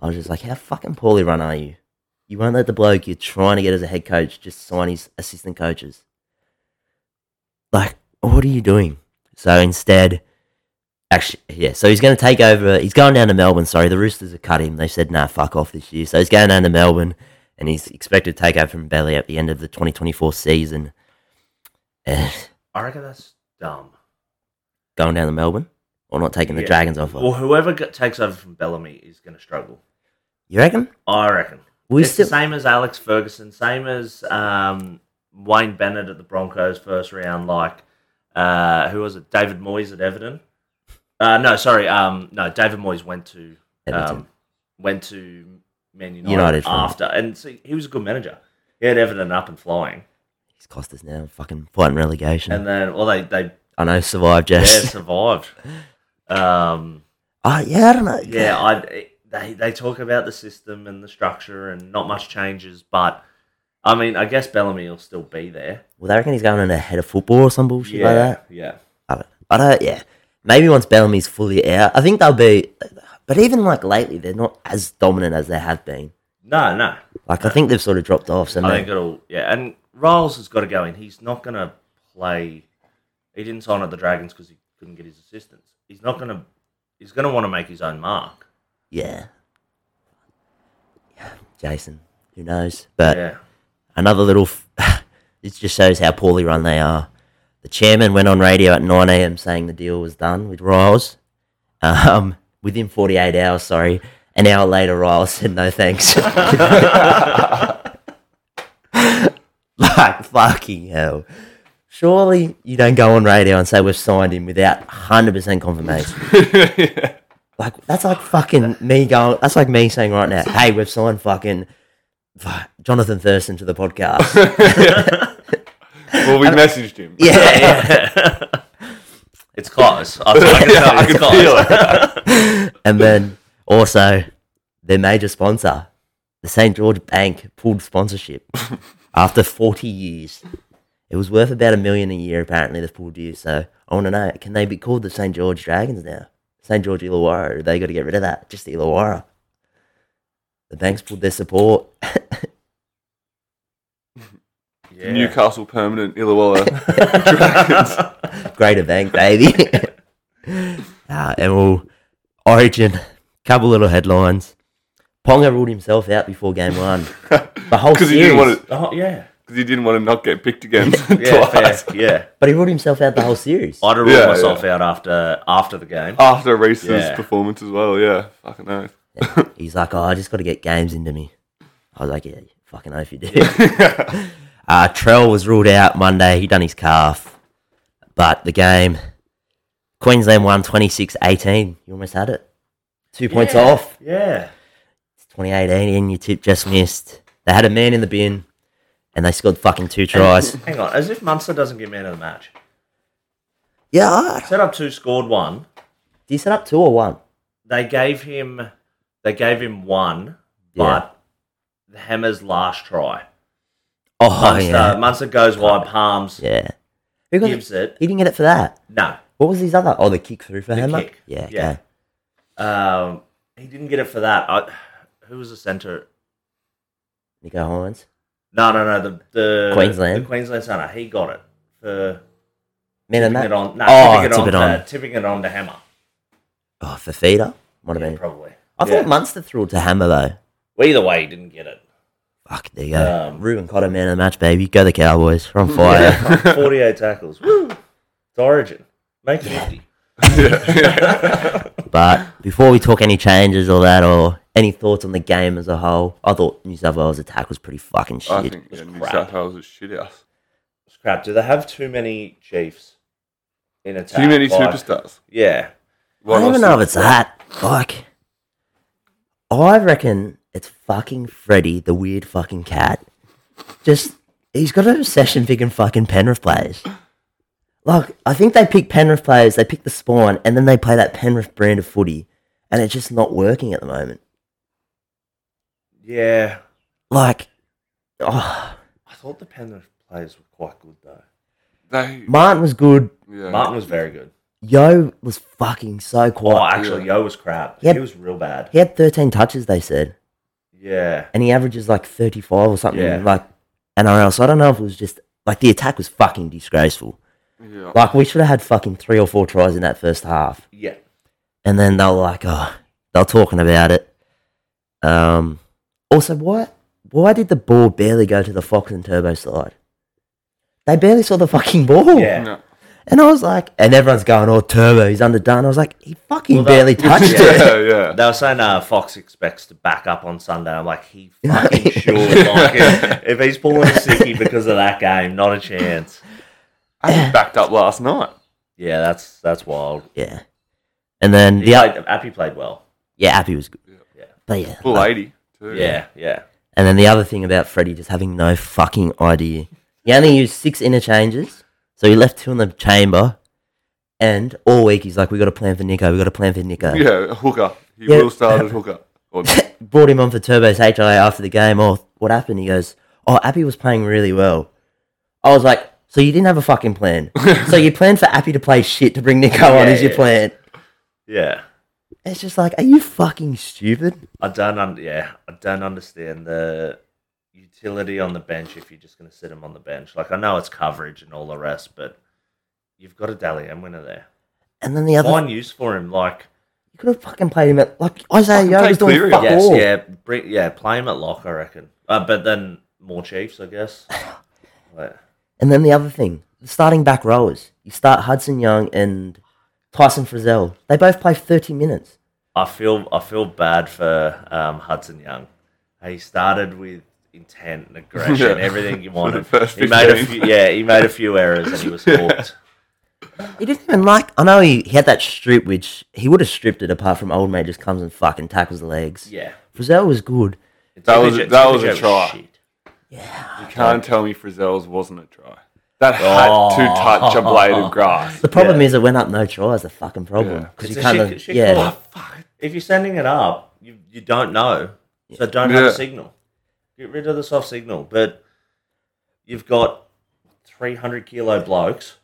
[SPEAKER 1] I was just like, how fucking poorly run are you? You won't let the bloke you're trying to get as a head coach just sign his assistant coaches. Like, what are you doing? So instead, Actually, yeah. So he's going to take over. He's going down to Melbourne. Sorry, the Roosters have cut him. They said, "Nah, fuck off this year." So he's going down to Melbourne, and he's expected to take over from Belly at the end of the 2024 season. Eh,
[SPEAKER 3] I reckon that's dumb.
[SPEAKER 1] going down to Melbourne or not taking the
[SPEAKER 3] Yeah.
[SPEAKER 1] Dragons offer?
[SPEAKER 3] Well, whoever g takes over from Bellamy is going to struggle.
[SPEAKER 1] you reckon?
[SPEAKER 3] I reckon.
[SPEAKER 1] We
[SPEAKER 3] it's
[SPEAKER 1] still
[SPEAKER 3] the same as Alex Ferguson, same as um, Wayne Bennett at the Broncos first round. Like, uh, who was it? David Moyes at Everton. Uh, no, sorry. Um, no, David Moyes went to
[SPEAKER 1] Everton.
[SPEAKER 3] um, went to Man United,
[SPEAKER 1] United, right.
[SPEAKER 3] after, and see, he was a good manager. He had Everton up and flying,
[SPEAKER 1] He's cost us now. Fucking fighting relegation.
[SPEAKER 3] and then well, they they
[SPEAKER 1] I know. Survive,
[SPEAKER 3] yeah,
[SPEAKER 1] Jess.
[SPEAKER 3] survived. Um,
[SPEAKER 1] Ah, yeah. I don't know.
[SPEAKER 3] yeah, I it- they they talk about the system and the structure and not much changes, but I mean, I guess Bellamy will still be there.
[SPEAKER 1] Well, they reckon he's going in ahead of football or some bullshit like that.
[SPEAKER 3] yeah.
[SPEAKER 1] I don't, I don't. uh, Yeah, maybe once Bellamy's fully out, I think they'll be. But even like lately, they're not as dominant as they have been.
[SPEAKER 3] No, no.
[SPEAKER 1] Like I think they've sort of dropped off. So
[SPEAKER 3] I
[SPEAKER 1] no,
[SPEAKER 3] think it'll. Yeah, and Riles has got to go in. He's not going to play. He didn't sign at the Dragons because he couldn't get his assistance. He's not going to. He's going to want to make his own mark.
[SPEAKER 1] yeah, Jason, who knows? But
[SPEAKER 3] Yeah.
[SPEAKER 1] another little. F- it just shows how poorly run they are. The chairman went on radio at 9 a.m. saying the deal was done with Riles. Um, within 48 hours, sorry. An hour later, Riles said no thanks. like, fucking hell. Surely you don't go on radio and say we've signed him without 100% confirmation. Like that's like fucking me going. That's like me saying right now, "Hey, we've signed fucking fuck, Jonathan Thurston to the podcast."
[SPEAKER 2] well, we messaged him.
[SPEAKER 1] yeah,
[SPEAKER 3] It's close. I, I can
[SPEAKER 2] Yeah,
[SPEAKER 3] tell you
[SPEAKER 2] I
[SPEAKER 3] it's
[SPEAKER 2] can
[SPEAKER 3] close.
[SPEAKER 2] feel it.
[SPEAKER 1] and then also their major sponsor, the St George Bank, pulled sponsorship after forty years. It was worth about a million a year, apparently. They've pulled you, so I want to know: can they be called the St George Dragons now? St George Illawarra? Or they got to get rid of that? Just Illawarra. The banks pulled their support.
[SPEAKER 3] Yeah.
[SPEAKER 2] Newcastle permanent Illawarra.
[SPEAKER 1] Greater Bank, baby. Ah, and we'll Origin, couple little headlines. Ponga ruled himself out before game one. The whole
[SPEAKER 2] Because he didn't
[SPEAKER 1] series,
[SPEAKER 2] want to.
[SPEAKER 3] Oh yeah.
[SPEAKER 2] Because he didn't want to not get picked again
[SPEAKER 3] Yeah.
[SPEAKER 2] twice
[SPEAKER 3] Fair. Yeah.
[SPEAKER 1] but he ruled himself out the whole series.
[SPEAKER 3] I'd have ruled
[SPEAKER 2] Yeah, Oh,
[SPEAKER 3] myself out after after the game.
[SPEAKER 2] after Reese's
[SPEAKER 3] Yeah.
[SPEAKER 2] performance as well. Yeah, fucking oath.
[SPEAKER 1] He's like, oh, I just got to get games into me. I was like, yeah, you fucking oath you do. uh, Trell was ruled out Monday. He done his calf, but the game, Queensland won 26-18. You almost had it. Two points
[SPEAKER 3] Yeah.
[SPEAKER 1] off.
[SPEAKER 3] Yeah.
[SPEAKER 1] 2018 and your tip just missed. They had a man in the bin and they scored fucking two tries.
[SPEAKER 3] Hang on. As if Munster doesn't get man of the match.
[SPEAKER 1] yeah, I-
[SPEAKER 3] Set up two, scored one.
[SPEAKER 1] did you set up two or one?
[SPEAKER 3] They gave him. They gave him one,
[SPEAKER 1] Yeah.
[SPEAKER 3] but the Hammer's last try.
[SPEAKER 1] Oh,
[SPEAKER 3] Munster,
[SPEAKER 1] yeah.
[SPEAKER 3] Munster goes wide, palms
[SPEAKER 1] Yeah. Who got
[SPEAKER 3] gives
[SPEAKER 1] it?
[SPEAKER 3] it.
[SPEAKER 1] He didn't get it for that.
[SPEAKER 3] No,
[SPEAKER 1] What was his other? Oh, the kick through for him.
[SPEAKER 3] kick.
[SPEAKER 1] Yeah,
[SPEAKER 3] Yeah.
[SPEAKER 1] okay.
[SPEAKER 3] um, he didn't get it for that. I, who was the centre?
[SPEAKER 1] Nico Hines.
[SPEAKER 3] No, no, no. The, the
[SPEAKER 1] Queensland?
[SPEAKER 3] the Queensland centre. He got it for
[SPEAKER 1] Man and
[SPEAKER 3] tipping
[SPEAKER 1] that.
[SPEAKER 3] it on. No,
[SPEAKER 1] oh,
[SPEAKER 3] tipping it
[SPEAKER 1] tip
[SPEAKER 3] on,
[SPEAKER 1] it on.
[SPEAKER 3] To, tipping it on to Hammer.
[SPEAKER 1] Oh, for feeder. Might have
[SPEAKER 3] Yeah,
[SPEAKER 1] been.
[SPEAKER 3] probably.
[SPEAKER 1] I
[SPEAKER 3] Yeah.
[SPEAKER 1] thought Munster thrilled to hammer though.
[SPEAKER 3] Well, Either way, he didn't get it.
[SPEAKER 1] Fuck, there you go.
[SPEAKER 3] Um,
[SPEAKER 1] Ruben Cotter, man of the match, baby. Go the Cowboys. We're on fire.
[SPEAKER 3] Forty-eight tackles. Woo! It's Origin. Make it fifty.
[SPEAKER 1] But before we talk any changes or that, or any thoughts on the game as a whole, I thought New South Wales attack was pretty fucking shit.
[SPEAKER 2] I think yeah, New
[SPEAKER 3] crap.
[SPEAKER 2] South Wales is shit house.
[SPEAKER 3] It's crap. Do they have too many chiefs in attack?
[SPEAKER 2] Too many
[SPEAKER 3] Like,
[SPEAKER 2] superstars.
[SPEAKER 3] Yeah.
[SPEAKER 1] I don't even know if it's that. Like, I reckon it's fucking Freddy, the weird fucking cat. Just, he's got an obsession picking fucking Penrith players. Like, I think they pick Penrith players, they pick the spawn, and then they play that Penrith brand of footy, and it's just not working at the moment.
[SPEAKER 3] Yeah.
[SPEAKER 1] Like, oh,
[SPEAKER 3] I thought the Penrith players were quite good though.
[SPEAKER 2] They,
[SPEAKER 1] Martin was good.
[SPEAKER 2] yeah.
[SPEAKER 3] Martin was very good.
[SPEAKER 1] Yo was fucking so
[SPEAKER 3] Oh,
[SPEAKER 1] quiet.
[SPEAKER 3] actually, Yo was crap.
[SPEAKER 1] Yep.
[SPEAKER 3] He was real bad.
[SPEAKER 1] He had 13 touches, they said.
[SPEAKER 3] Yeah.
[SPEAKER 1] and he averages like 35 or something
[SPEAKER 3] Yeah.
[SPEAKER 1] like NRL. So I don't know if it was just like the attack was fucking disgraceful.
[SPEAKER 2] yeah.
[SPEAKER 1] Like we should have had fucking three or four tries in that first half.
[SPEAKER 3] Yeah.
[SPEAKER 1] And then they were like, oh, they're talking about it. Um, also, why why did the ball barely go to the Fox and Turbo side? They barely saw the fucking ball.
[SPEAKER 3] Yeah.
[SPEAKER 2] No.
[SPEAKER 1] And I was like, and everyone's going, oh, Turbo, he's underdone. I was like, he fucking
[SPEAKER 3] Well, that-
[SPEAKER 1] barely touched it.
[SPEAKER 2] yeah, yeah.
[SPEAKER 3] They were saying uh, Fox expects to back up on Sunday. I'm like, he fucking sure. Like, if, if he's pulling a sickie because of that game, not a chance.
[SPEAKER 2] I think backed up last night.
[SPEAKER 3] Yeah, that's that's wild.
[SPEAKER 1] Yeah. And then the
[SPEAKER 3] Yeah,
[SPEAKER 1] other,
[SPEAKER 3] played, Appy played well.
[SPEAKER 1] yeah, Appy was good.
[SPEAKER 3] Yeah.
[SPEAKER 1] But yeah,
[SPEAKER 2] Full
[SPEAKER 1] like-
[SPEAKER 2] 80. Too.
[SPEAKER 3] Yeah, yeah.
[SPEAKER 1] And then the other thing about Freddie just having no fucking idea. He only used six interchanges, so he left two in the chamber. And all week he's like, "We got a plan for Nico. We got a plan for Nico."
[SPEAKER 2] Yeah, hooker. He
[SPEAKER 1] Yeah.
[SPEAKER 2] will start at hooker. Or not.
[SPEAKER 1] Brought him on for Turbo's HIA after the game. Oh, what happened? He goes, "Oh, Appy was playing really well." I was like, "So you didn't have a fucking plan? so you planned for Appy to play shit to bring Nico on
[SPEAKER 3] Yeah,
[SPEAKER 1] as your
[SPEAKER 3] yeah.
[SPEAKER 1] plan?"
[SPEAKER 3] Yeah.
[SPEAKER 1] It's just like, are you fucking stupid?
[SPEAKER 3] I don't un- yeah, I don't understand the utility on the bench if you're just going to sit him on the bench. Like I know it's coverage and all the rest, but you've got a Dally M winner there.
[SPEAKER 1] And then the other,
[SPEAKER 3] Find use for him, like
[SPEAKER 1] you could have fucking played him at like Isaiah
[SPEAKER 2] Fucking
[SPEAKER 1] Yo
[SPEAKER 2] play
[SPEAKER 1] was doing
[SPEAKER 2] Cleary.
[SPEAKER 1] fuck
[SPEAKER 3] yes,
[SPEAKER 1] all.
[SPEAKER 3] yeah, bring, yeah, play him at lock, I reckon. Uh, but then more Chiefs, I guess. Like,
[SPEAKER 1] And then the other thing, the starting back rowers. You start Hudson Young and Tyson Frizzell. They both play 30 minutes.
[SPEAKER 3] I feel I feel bad for um, Hudson Young. He started with intent and aggression,
[SPEAKER 2] Yeah.
[SPEAKER 3] everything you
[SPEAKER 2] For the
[SPEAKER 3] wanted.
[SPEAKER 2] first
[SPEAKER 3] He made a
[SPEAKER 2] 15.
[SPEAKER 3] few, yeah, he made a few errors and he was hooked.
[SPEAKER 1] He didn't even like. I know he, he had that strip, which he would have stripped it apart from old mate just comes and fucking tackles the legs.
[SPEAKER 3] Yeah,
[SPEAKER 1] Frizzell was good.
[SPEAKER 2] That was-
[SPEAKER 3] Timmy
[SPEAKER 2] that
[SPEAKER 3] Jo-
[SPEAKER 2] was a
[SPEAKER 3] Timmy Jo
[SPEAKER 2] try.
[SPEAKER 3] shit.
[SPEAKER 2] You can't tell me Frizzell's wasn't a try. That had to touch a blade
[SPEAKER 1] Oh.
[SPEAKER 2] of grass.
[SPEAKER 1] The problem
[SPEAKER 3] Yeah.
[SPEAKER 1] is it went up no tries. The fucking problem
[SPEAKER 2] Yeah.
[SPEAKER 1] because
[SPEAKER 3] It's
[SPEAKER 1] you
[SPEAKER 3] a
[SPEAKER 1] kind
[SPEAKER 3] shit-
[SPEAKER 1] of
[SPEAKER 3] shit
[SPEAKER 1] yeah.
[SPEAKER 3] call. If you're sending it up, you you don't know, so don't have
[SPEAKER 2] Yeah.
[SPEAKER 3] a signal. Get rid of the soft signal, but you've got 300 kilo blokes,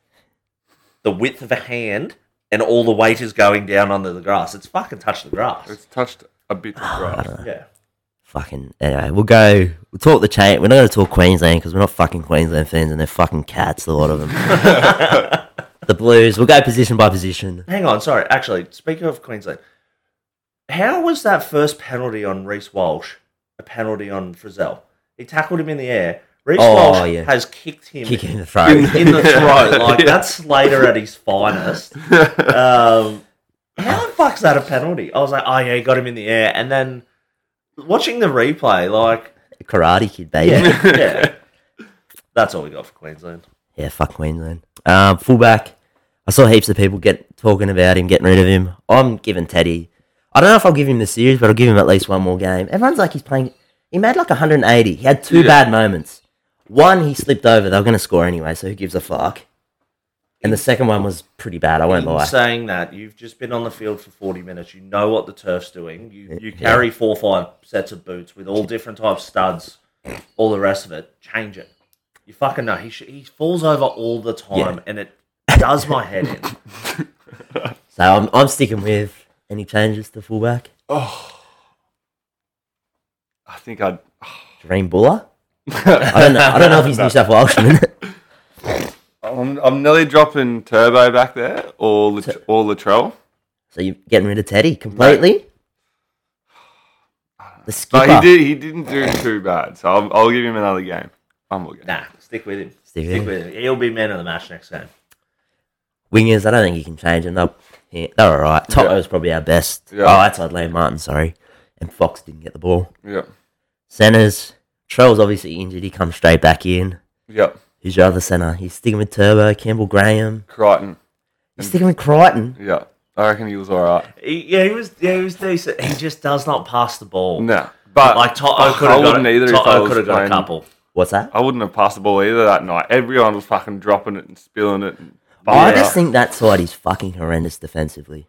[SPEAKER 3] the width of a hand, and all the weight is going down onto the grass. It's fucking touch the grass.
[SPEAKER 2] It's touched a bit of grass.
[SPEAKER 3] yeah.
[SPEAKER 1] Fucking anyway, we'll go. We'll talk the chain. We're not going to talk Queensland because we're not fucking Queensland fans, and they're fucking cats. A lot of them. the Blues. We'll go position by position.
[SPEAKER 3] Hang on, sorry. Actually, speaking of Queensland, how was that first penalty on Reese Walsh a penalty on Frizzell? He tackled him in the air. Reese
[SPEAKER 1] Oh,
[SPEAKER 3] Walsh
[SPEAKER 1] yeah.
[SPEAKER 3] has kicked him
[SPEAKER 1] Kick in the throat.
[SPEAKER 3] in the throat. Like that's Slater at his finest. Um, how the fuck's that a penalty? I was like, oh yeah, he got him in the air, and then watching the replay, like,
[SPEAKER 1] Karate kid, baby.
[SPEAKER 3] yeah, yeah. That's all we got for Queensland.
[SPEAKER 1] Yeah, fuck Queensland. Um, fullback. I saw heaps of people get talking about him, getting rid of him. I'm giving Teddy. I don't know if I'll give him the series, but I'll give him at least one more game. Everyone's like he's playing. He made like 180. He had two bad moments. One, he slipped over. They were going to score anyway, so who gives a fuck? And the second one was pretty bad. I won't
[SPEAKER 3] In
[SPEAKER 1] lie.
[SPEAKER 3] saying that, you've just been on the field for 40 minutes. You know what the turf's doing. You, you carry four or five sets of boots with all different types of studs, all the rest of it. Change it. You fucking know. He, sh- he falls over all the time, and it does my head in.
[SPEAKER 1] So I'm, I'm sticking with any changes to fullback.
[SPEAKER 2] I think I'd.
[SPEAKER 1] Dream Buller. I don't know. I don't know if he's New South Welshman.
[SPEAKER 2] I'm, I'm nearly dropping Turbo back there or Lat- or Latrell.
[SPEAKER 1] so you're getting rid of Teddy completely. The skipper.
[SPEAKER 2] But he did. He didn't do too bad, so I'll, I'll give him another game. One more game.
[SPEAKER 3] Nah, stick with him.
[SPEAKER 1] Stick
[SPEAKER 3] Stick,
[SPEAKER 1] with him.
[SPEAKER 3] with him. He'll be man of the match next game.
[SPEAKER 1] Wingers, I don't think you can change them. They'll, yeah, they're all right. Toto was probably our best.
[SPEAKER 2] Yeah.
[SPEAKER 1] Oh, outside Liam Martin, sorry. And Fox didn't get the ball.
[SPEAKER 2] Yeah.
[SPEAKER 1] Centers, Trell's obviously injured. He comes straight back in.
[SPEAKER 2] Yeah.
[SPEAKER 1] Who's your other center? He's sticking with Turbo, Campbell Graham.
[SPEAKER 2] Crichton.
[SPEAKER 1] He's sticking with Crichton.
[SPEAKER 2] Yeah. I reckon he was all right.
[SPEAKER 3] He, yeah, he was. Yeah, he was decent. He just does not pass the ball.
[SPEAKER 2] No. But
[SPEAKER 3] like
[SPEAKER 2] I
[SPEAKER 3] Toto could have got.
[SPEAKER 2] wouldn't either if I
[SPEAKER 3] Toto
[SPEAKER 2] was
[SPEAKER 3] could have got a
[SPEAKER 2] playing-
[SPEAKER 3] couple.
[SPEAKER 1] What's that?
[SPEAKER 2] I wouldn't have passed the ball either that night. Everyone was fucking dropping it and spilling it. And
[SPEAKER 1] I
[SPEAKER 2] Oh, Yeah.
[SPEAKER 1] just think that side is fucking horrendous defensively.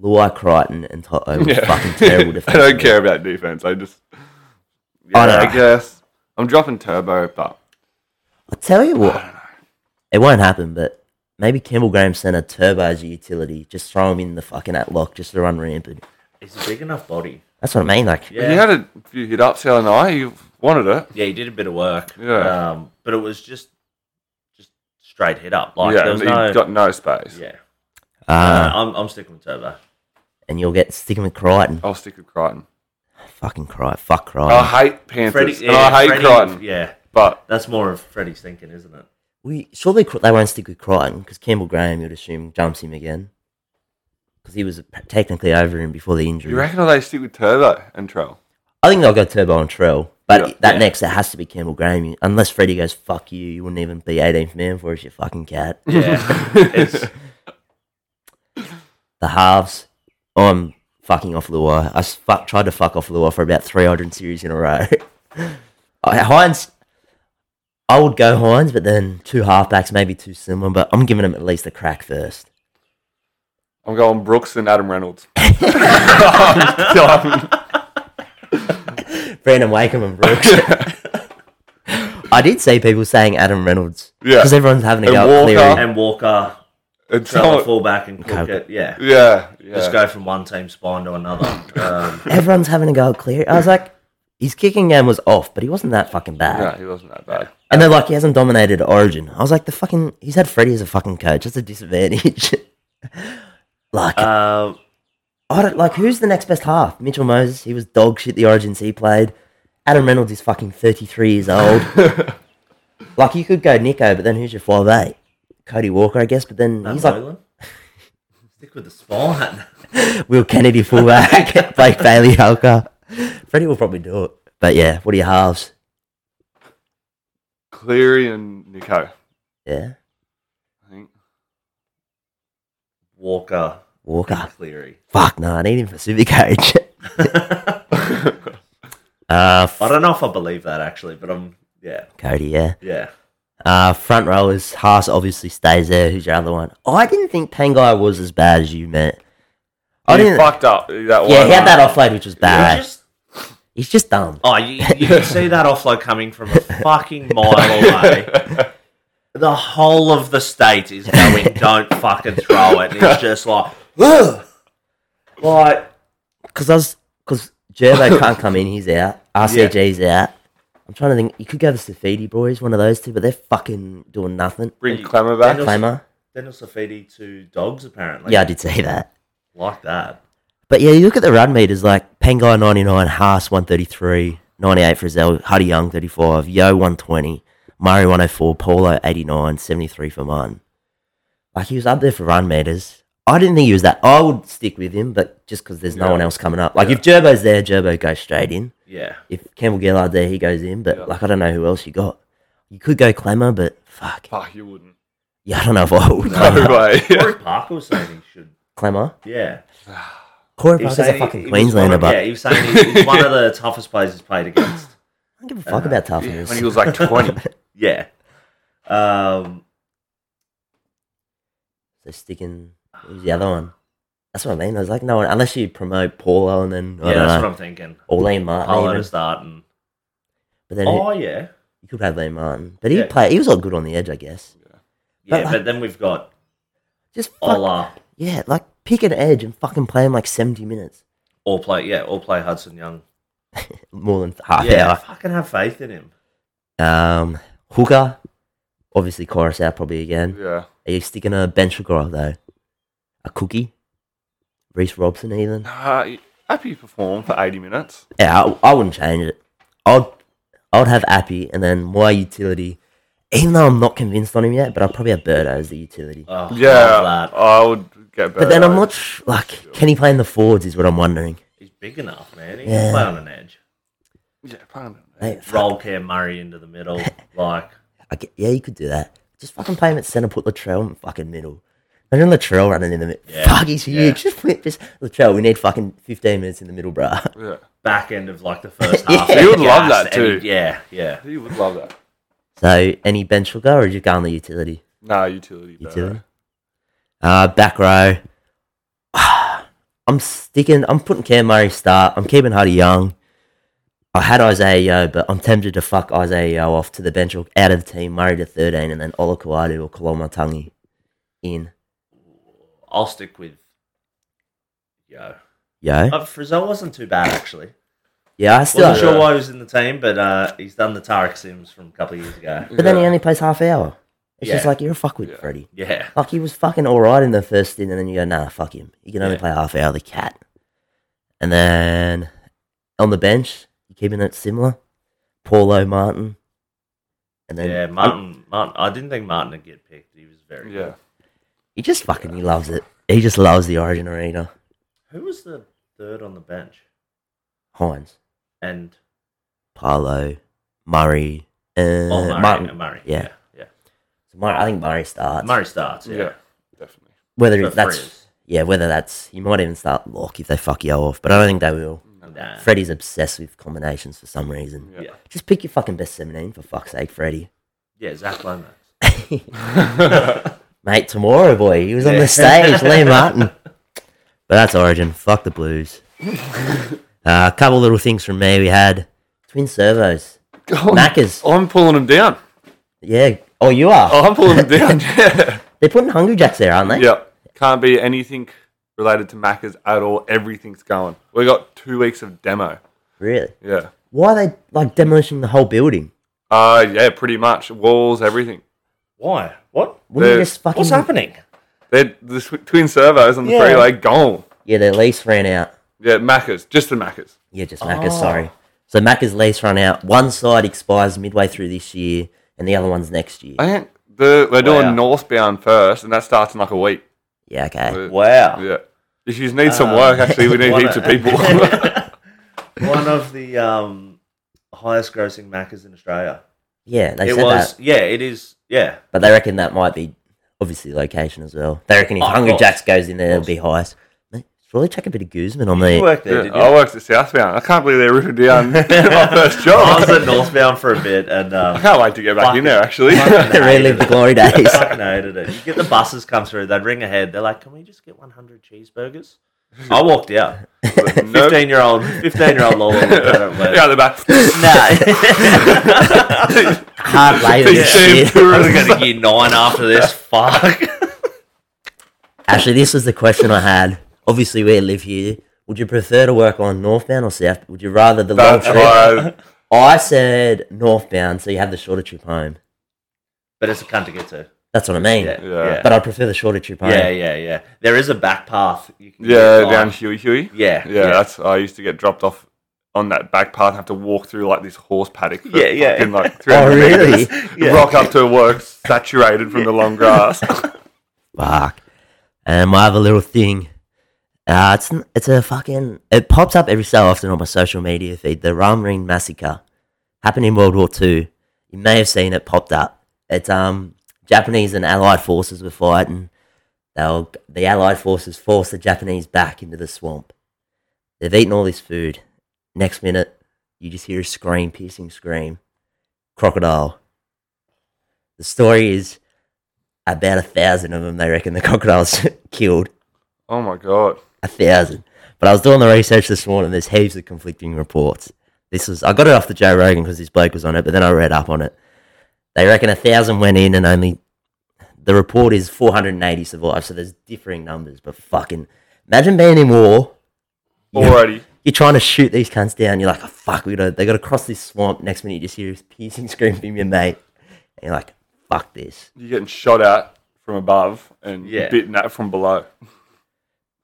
[SPEAKER 1] Luai Crichton and Toto were fucking terrible
[SPEAKER 2] I
[SPEAKER 1] defensively.
[SPEAKER 2] don't care about defense. I just. Yeah,
[SPEAKER 1] I
[SPEAKER 2] I,
[SPEAKER 1] don't know.
[SPEAKER 2] guess I'm dropping Turbo, but
[SPEAKER 1] I'll tell you what. It won't happen, but maybe Campbell Graham center, Turbo as a utility. Just throw him in the fucking at lock just to run rampant.
[SPEAKER 3] He's a big enough body.
[SPEAKER 1] That's what I mean. Like,
[SPEAKER 2] you had a few hit ups the other night. You wanted it.
[SPEAKER 3] Yeah, he did a bit of work.
[SPEAKER 2] Yeah.
[SPEAKER 3] Um, but it was just just straight hit up. Like
[SPEAKER 2] yeah,
[SPEAKER 3] there was
[SPEAKER 2] and
[SPEAKER 3] no
[SPEAKER 2] you got no space.
[SPEAKER 3] Yeah.
[SPEAKER 1] Ah.
[SPEAKER 3] Uh, I'm I'm sticking with Turbo.
[SPEAKER 1] and you'll get sticking with Crichton.
[SPEAKER 2] I'll stick with Crichton.
[SPEAKER 1] Fucking Crichton. Fuck Crichton.
[SPEAKER 2] I hate Panthers and
[SPEAKER 3] yeah,
[SPEAKER 2] Oh, I hate
[SPEAKER 3] Freddie-
[SPEAKER 2] Crichton,
[SPEAKER 3] Yeah.
[SPEAKER 2] but
[SPEAKER 3] That's more of Freddie's thinking, isn't it?
[SPEAKER 1] we surely Cri- they won't stick with Crichton because Campbell Graham, you'd assume, jumps him again because he was p- technically over him before the injury.
[SPEAKER 2] you reckon or they stick with Turbo and Trell?
[SPEAKER 1] I think they'll go Turbo and Trell, but
[SPEAKER 2] Yeah.
[SPEAKER 1] that
[SPEAKER 3] Yeah.
[SPEAKER 1] next it has to be Campbell Graham you- unless Freddie goes fuck you. You wouldn't even be 18th man for us, you fucking cat.
[SPEAKER 3] Yeah. it's,
[SPEAKER 1] The halves, Oh, I'm fucking off Lua. I s- fuck, tried to fuck off Lua for about 300 series in a row. I- Hines, I would go Hines, but then two halfbacks, maybe too similar, but I'm giving him at least a crack first.
[SPEAKER 2] I'm going Brooks and Adam Reynolds. I'm done.
[SPEAKER 1] Brandon Wakeham and Brooks. I did see people saying Adam Reynolds.
[SPEAKER 2] Yeah.
[SPEAKER 1] Because everyone's having a
[SPEAKER 2] And
[SPEAKER 1] go at
[SPEAKER 2] Walker.
[SPEAKER 1] Cleary.
[SPEAKER 3] and Walker,
[SPEAKER 2] It's
[SPEAKER 3] Trevor
[SPEAKER 2] not,
[SPEAKER 3] fullback and Cook
[SPEAKER 1] Okay.
[SPEAKER 3] it. Yeah.
[SPEAKER 2] yeah, yeah.
[SPEAKER 3] Just go from one team spine to another. Um,
[SPEAKER 1] Everyone's having a go at Cleary. I was like, his kicking game was off, but he wasn't that fucking bad.
[SPEAKER 2] No, he wasn't that bad.
[SPEAKER 1] And they're like, he hasn't dominated Origin. I was like, the fucking, he's had Freddie as a fucking coach. That's a disadvantage. like,
[SPEAKER 3] uh,
[SPEAKER 1] I don't, like, who's the next best half? Mitchell Moses, he was dog shit the Origins he played. Adam Reynolds is fucking 33 years old. like, you could go Nico, but then who's your 5'8? Cody Walker, I guess, but then
[SPEAKER 3] Matt
[SPEAKER 1] he's like
[SPEAKER 3] Moylan? Stick with the spine.
[SPEAKER 1] Will Kennedy fullback, Blake Bailey hooker. Freddie will probably do it. But yeah, what are your halves?
[SPEAKER 2] Cleary and Nico.
[SPEAKER 1] Yeah,
[SPEAKER 2] I think.
[SPEAKER 3] Walker.
[SPEAKER 1] Walker.
[SPEAKER 3] Cleary.
[SPEAKER 1] Fuck no, I need him for Supercoach.
[SPEAKER 3] I
[SPEAKER 1] Uh, f-
[SPEAKER 3] don't know if I believe that actually, but I'm yeah,
[SPEAKER 1] Cody, yeah.
[SPEAKER 3] yeah.
[SPEAKER 1] Uh, front rowers, Haas obviously stays there. Who's your other one? Oh, I didn't think Pangai was as bad as you meant. I
[SPEAKER 2] He
[SPEAKER 1] didn't.
[SPEAKER 2] fucked up that one. uh,
[SPEAKER 1] yeah, he had that offload, which was bad.
[SPEAKER 3] You just-
[SPEAKER 1] He's just dumb.
[SPEAKER 3] oh, you, you can see that offload coming from a fucking mile away. The whole of the state is going, "Don't fucking throw it." And he's just like, Ugh! like
[SPEAKER 1] Because I was because Gerbo can't come in. He's out. RCG's out. I'm trying to think. You could go the Safidi boys, one of those two, but they're fucking doing nothing.
[SPEAKER 2] Bring Clemmer back.
[SPEAKER 3] Daniel-
[SPEAKER 1] Claimer.
[SPEAKER 3] Daniel Safidi to dogs apparently.
[SPEAKER 1] Yeah, I did say that.
[SPEAKER 3] like that.
[SPEAKER 1] But yeah, you look at the run meters like Pengai 99, Haas 133, 98 Frizzell, Huddy Young 35, Yo 120, Murray 104, Paulo 89, 73 for mine. Like he was up there for run meters. I didn't think he was that. I would stick with him, but just because there's no
[SPEAKER 2] Yeah.
[SPEAKER 1] one else coming up. Like if Gerbo's there, Gerbo goes straight in.
[SPEAKER 3] Yeah.
[SPEAKER 1] If Campbell Gillard there, he goes in. But
[SPEAKER 2] Yeah.
[SPEAKER 1] like I don't know who else you got. You could go Clemmer, but fuck.
[SPEAKER 2] Fuck, you wouldn't.
[SPEAKER 1] Yeah, I don't know if I would.
[SPEAKER 2] No
[SPEAKER 1] Clemmer.
[SPEAKER 2] way.
[SPEAKER 3] Corey Parker was saying he should.
[SPEAKER 1] Clemmer.
[SPEAKER 3] Yeah.
[SPEAKER 1] Corey
[SPEAKER 3] He was
[SPEAKER 1] Parker's a
[SPEAKER 3] saying he-
[SPEAKER 1] fucking
[SPEAKER 3] he was
[SPEAKER 1] Queenslander,
[SPEAKER 3] one of-
[SPEAKER 1] but
[SPEAKER 3] Yeah, he was saying he's, he's one of the toughest players he's played against.
[SPEAKER 1] I don't give a fuck about toughness.
[SPEAKER 2] when he was like 20.
[SPEAKER 3] Yeah. Um,
[SPEAKER 1] So sticking who's the other one? That's what I mean. I was like, no one unless you promote Paulo and then I
[SPEAKER 3] yeah,
[SPEAKER 1] don't
[SPEAKER 3] that's
[SPEAKER 1] know,
[SPEAKER 3] what I'm thinking.
[SPEAKER 1] or Liam Martin.
[SPEAKER 3] Paulo to
[SPEAKER 1] even.
[SPEAKER 3] start and
[SPEAKER 1] But then
[SPEAKER 3] oh yeah,
[SPEAKER 1] you could have Liam Martin, but he
[SPEAKER 3] Yeah.
[SPEAKER 1] play. He was all good on the edge, I guess.
[SPEAKER 3] yeah.
[SPEAKER 1] But-
[SPEAKER 3] But, then we've got
[SPEAKER 1] Just
[SPEAKER 3] Oh,
[SPEAKER 1] fuck,
[SPEAKER 3] Ola
[SPEAKER 1] yeah, like pick an edge and fucking play him like seventy minutes,
[SPEAKER 3] or play yeah or play Hudson Young.
[SPEAKER 1] more than half
[SPEAKER 3] Yeah, fucking have faith in him.
[SPEAKER 1] hour. Um, hooker, obviously, chorus out probably again.
[SPEAKER 2] Yeah.
[SPEAKER 1] Are you sticking a bench guy though? A cookie, Reese Robson, even.
[SPEAKER 2] Nah, he- Uh, happy performed for 80 minutes.
[SPEAKER 1] Yeah, I, I wouldn't change it. I'd I'd have Appy and then my utility. Even though I'm not convinced on him yet, but I'll probably have Birdo as the utility.
[SPEAKER 3] Oh, love
[SPEAKER 2] Yeah.
[SPEAKER 3] that.
[SPEAKER 2] I would get better.
[SPEAKER 1] but then I'm not sh- like, can he play in the forwards? Is what I'm wondering.
[SPEAKER 3] he's big enough, man. He
[SPEAKER 1] Yeah.
[SPEAKER 3] can play on an edge.
[SPEAKER 2] Yeah, playing him.
[SPEAKER 1] Mate, fuck,
[SPEAKER 3] Roll Cam Murray into the middle, like
[SPEAKER 1] I get- yeah, you could do that. Just fucking play him at centre, put Latrell in the fucking middle. Imagine Latrell running in the middle.
[SPEAKER 3] Yeah,
[SPEAKER 1] Fuck, he's
[SPEAKER 3] yeah.
[SPEAKER 1] huge. Just flip this. Latrell, we need fucking 15 minutes in the middle, bruh.
[SPEAKER 2] Yeah.
[SPEAKER 3] back end of like the first half.
[SPEAKER 1] He
[SPEAKER 2] would love
[SPEAKER 3] Gassed,
[SPEAKER 2] that
[SPEAKER 3] and he-
[SPEAKER 2] too.
[SPEAKER 3] yeah, yeah.
[SPEAKER 2] He would love that.
[SPEAKER 1] So, any bench will go, or just go on the utility?
[SPEAKER 2] Nah, utility. better.
[SPEAKER 1] Utility. Uh, back row. I'm sticking. I'm putting Cam Murray start. I'm keeping Hardy Young. I had Isaiah Yo, but I'm tempted to fuck Isaiah Yo off to the bench or out of the team. Murray to 13, and then Ola Kawadu or Kaloma Tangi in.
[SPEAKER 3] I'll stick with yo.
[SPEAKER 1] Yo.
[SPEAKER 3] Uh, Frizzell wasn't too bad actually.
[SPEAKER 1] Yeah, I still.
[SPEAKER 3] Wasn't sure why he was in the team, but uh, he's done the Tarek Sims from a couple of years ago.
[SPEAKER 1] But then he
[SPEAKER 2] Yeah.
[SPEAKER 1] only plays half hour. It's just
[SPEAKER 3] Yeah.
[SPEAKER 1] like you're a fuckwit,
[SPEAKER 2] Yeah.
[SPEAKER 1] Freddie.
[SPEAKER 3] Yeah,
[SPEAKER 1] Like he was fucking all right in the first stint, and then you go, nah, fuck him. You can only
[SPEAKER 3] Yeah.
[SPEAKER 1] play half hour. The cat, and then on the bench, you keeping it similar. Paulo Martin, and then
[SPEAKER 3] yeah. Martin, Martin. I didn't think Martin would get picked. He was very
[SPEAKER 2] Yeah.
[SPEAKER 3] good.
[SPEAKER 1] he just fucking he loves it. He just loves the Origin Arena.
[SPEAKER 3] Who was the third on the bench?
[SPEAKER 1] Hines,
[SPEAKER 3] And
[SPEAKER 1] Paulo, Murray, uh,
[SPEAKER 3] oh, Murray,
[SPEAKER 1] Martin.
[SPEAKER 3] uh, Murray.
[SPEAKER 1] yeah.
[SPEAKER 3] yeah.
[SPEAKER 1] Murray. I think Murray starts.
[SPEAKER 3] Murray starts. Yeah,
[SPEAKER 2] Yeah. Definitely.
[SPEAKER 1] Whether
[SPEAKER 3] For
[SPEAKER 1] that's
[SPEAKER 3] Friars.
[SPEAKER 1] yeah, whether that's he might even start Lock if they fuck you off, but I don't think they will.
[SPEAKER 3] Nah.
[SPEAKER 1] Freddie's obsessed with combinations for some reason.
[SPEAKER 2] Yeah.
[SPEAKER 3] yeah,
[SPEAKER 1] Just pick your fucking best 17 for fuck's sake, Freddie.
[SPEAKER 3] yeah. Zach Lomax.
[SPEAKER 1] Mate, tomorrow, boy. He was on
[SPEAKER 3] Yeah.
[SPEAKER 1] the stage, Liam Martin. But that's Origin. Fuck the Blues. uh, a couple little things from me. We had twin servos. Knackers.
[SPEAKER 2] I'm pulling him down.
[SPEAKER 1] Yeah. Oh, you are.
[SPEAKER 2] I'm pulling him down. Yeah.
[SPEAKER 1] They're putting Hungry Jacks there, aren't they?
[SPEAKER 2] Yep. Can't be anything related to Macca's at all. Everything's going. We got two weeks of demo.
[SPEAKER 1] Really?
[SPEAKER 2] Yeah.
[SPEAKER 1] Why are they like demolishing the whole building?
[SPEAKER 2] Uh yeah, pretty much. Walls, everything.
[SPEAKER 3] Why? What?
[SPEAKER 1] Wouldn't you
[SPEAKER 2] They're-
[SPEAKER 1] just fucking.
[SPEAKER 3] What's happening?
[SPEAKER 2] They're the sw- twin servos on the
[SPEAKER 3] Yeah.
[SPEAKER 2] freeway gone.
[SPEAKER 1] Yeah, their lease ran out.
[SPEAKER 2] Yeah, Macca's. Just the Macca's.
[SPEAKER 1] Yeah, just Macca's, sorry. So Macca's lease ran out. One side expires midway through this year, and the other one's next year.
[SPEAKER 2] I think The, we're doing
[SPEAKER 3] Wow.
[SPEAKER 2] northbound first, and that starts in like a week.
[SPEAKER 1] Yeah, okay.
[SPEAKER 3] Wow.
[SPEAKER 2] Yeah. If you need some work, actually, we need
[SPEAKER 3] One
[SPEAKER 2] heaps of
[SPEAKER 3] of-
[SPEAKER 2] people.
[SPEAKER 3] One of the um, highest grossing Maccas in Australia.
[SPEAKER 1] Yeah, they
[SPEAKER 3] it
[SPEAKER 1] said
[SPEAKER 3] was,
[SPEAKER 1] that.
[SPEAKER 3] yeah, it is, yeah.
[SPEAKER 1] But they reckon that might be obviously location as well. They reckon if
[SPEAKER 3] Oh, of
[SPEAKER 1] Hungry
[SPEAKER 3] course.
[SPEAKER 1] Jacks goes in there, it'll be highest. Mate, surely chuck a bit of Guzman on
[SPEAKER 3] You
[SPEAKER 1] me.
[SPEAKER 3] worked there,
[SPEAKER 2] Yeah,
[SPEAKER 3] did you?
[SPEAKER 2] I worked at Southbound. I can't believe they ripping down my first
[SPEAKER 3] I
[SPEAKER 2] job.
[SPEAKER 3] was
[SPEAKER 1] Oh.
[SPEAKER 3] at Northbound for a bit and
[SPEAKER 2] I
[SPEAKER 3] um,
[SPEAKER 2] can't wait to get back in there, actually.
[SPEAKER 3] fucking
[SPEAKER 1] Relive the
[SPEAKER 3] hated it.
[SPEAKER 1] glory days.
[SPEAKER 3] fucking hated it. You get the buses come through, they'd ring ahead. They're like, "Can we just get 100 cheeseburgers?" I walked out.
[SPEAKER 2] Nope.
[SPEAKER 3] 15 year old, 15 year old Lola looked at it. and went,
[SPEAKER 2] Yeah, the back.
[SPEAKER 3] Nah,
[SPEAKER 1] Hard labour
[SPEAKER 2] Big
[SPEAKER 1] this
[SPEAKER 2] shame
[SPEAKER 1] year.
[SPEAKER 2] tour.
[SPEAKER 3] I'm gonna get year nine after this. Fuck.
[SPEAKER 1] Actually, this was the question I had. Obviously, we live here. Would you prefer to work on northbound or south? Would you rather the long
[SPEAKER 2] That's
[SPEAKER 1] trip?
[SPEAKER 2] why
[SPEAKER 1] I said northbound, so you have the shorter trip home.
[SPEAKER 3] But it's a cunt to get to.
[SPEAKER 1] That's what I mean.
[SPEAKER 3] Yeah,
[SPEAKER 2] Yeah.
[SPEAKER 3] yeah,
[SPEAKER 1] But I prefer the shorter trip home.
[SPEAKER 3] yeah, yeah, yeah. There is a back path. You can
[SPEAKER 2] Yeah,
[SPEAKER 3] get on.
[SPEAKER 2] down Huey Huey.
[SPEAKER 3] Yeah,
[SPEAKER 2] Yeah, that's I used to get dropped off on that back path and have to walk through like this horse paddock. for
[SPEAKER 3] Yeah, yeah.
[SPEAKER 2] fucking, like
[SPEAKER 1] Oh,
[SPEAKER 2] 300 metres.
[SPEAKER 1] really?
[SPEAKER 3] Yeah.
[SPEAKER 2] Rock up to work saturated from the long grass.
[SPEAKER 1] Fuck. And my other little thing. Uh, it's n- it's a fucking. It pops up every so often on my social media feed. The Ram Ring Massacre happened in World War Two. You may have seen it popped up. It's um Japanese and Allied forces were fighting. They were, the Allied forces forced the Japanese back into the swamp. They've eaten all this food. Next minute, you just hear a scream, piercing scream. Crocodile. The story is about a thousand of them. They reckon the crocodiles killed
[SPEAKER 2] oh my god.
[SPEAKER 1] a thousand. But I was doing the research this morning. There's heaps of conflicting reports. This was I got it off the Joe Rogan because this bloke was on it, but then I read up on it. They reckon a thousand went in and only the report is 480 survived. So there's differing numbers, but fucking imagine being in war.
[SPEAKER 2] Already.
[SPEAKER 1] You're trying to shoot these cunts down. You're like, oh, fuck, we got they got to cross this swamp. Next minute, you just hear this piercing scream from your mate, and you're like, fuck this.
[SPEAKER 2] You're getting shot at from above and
[SPEAKER 3] Yeah.
[SPEAKER 2] bitten at from below.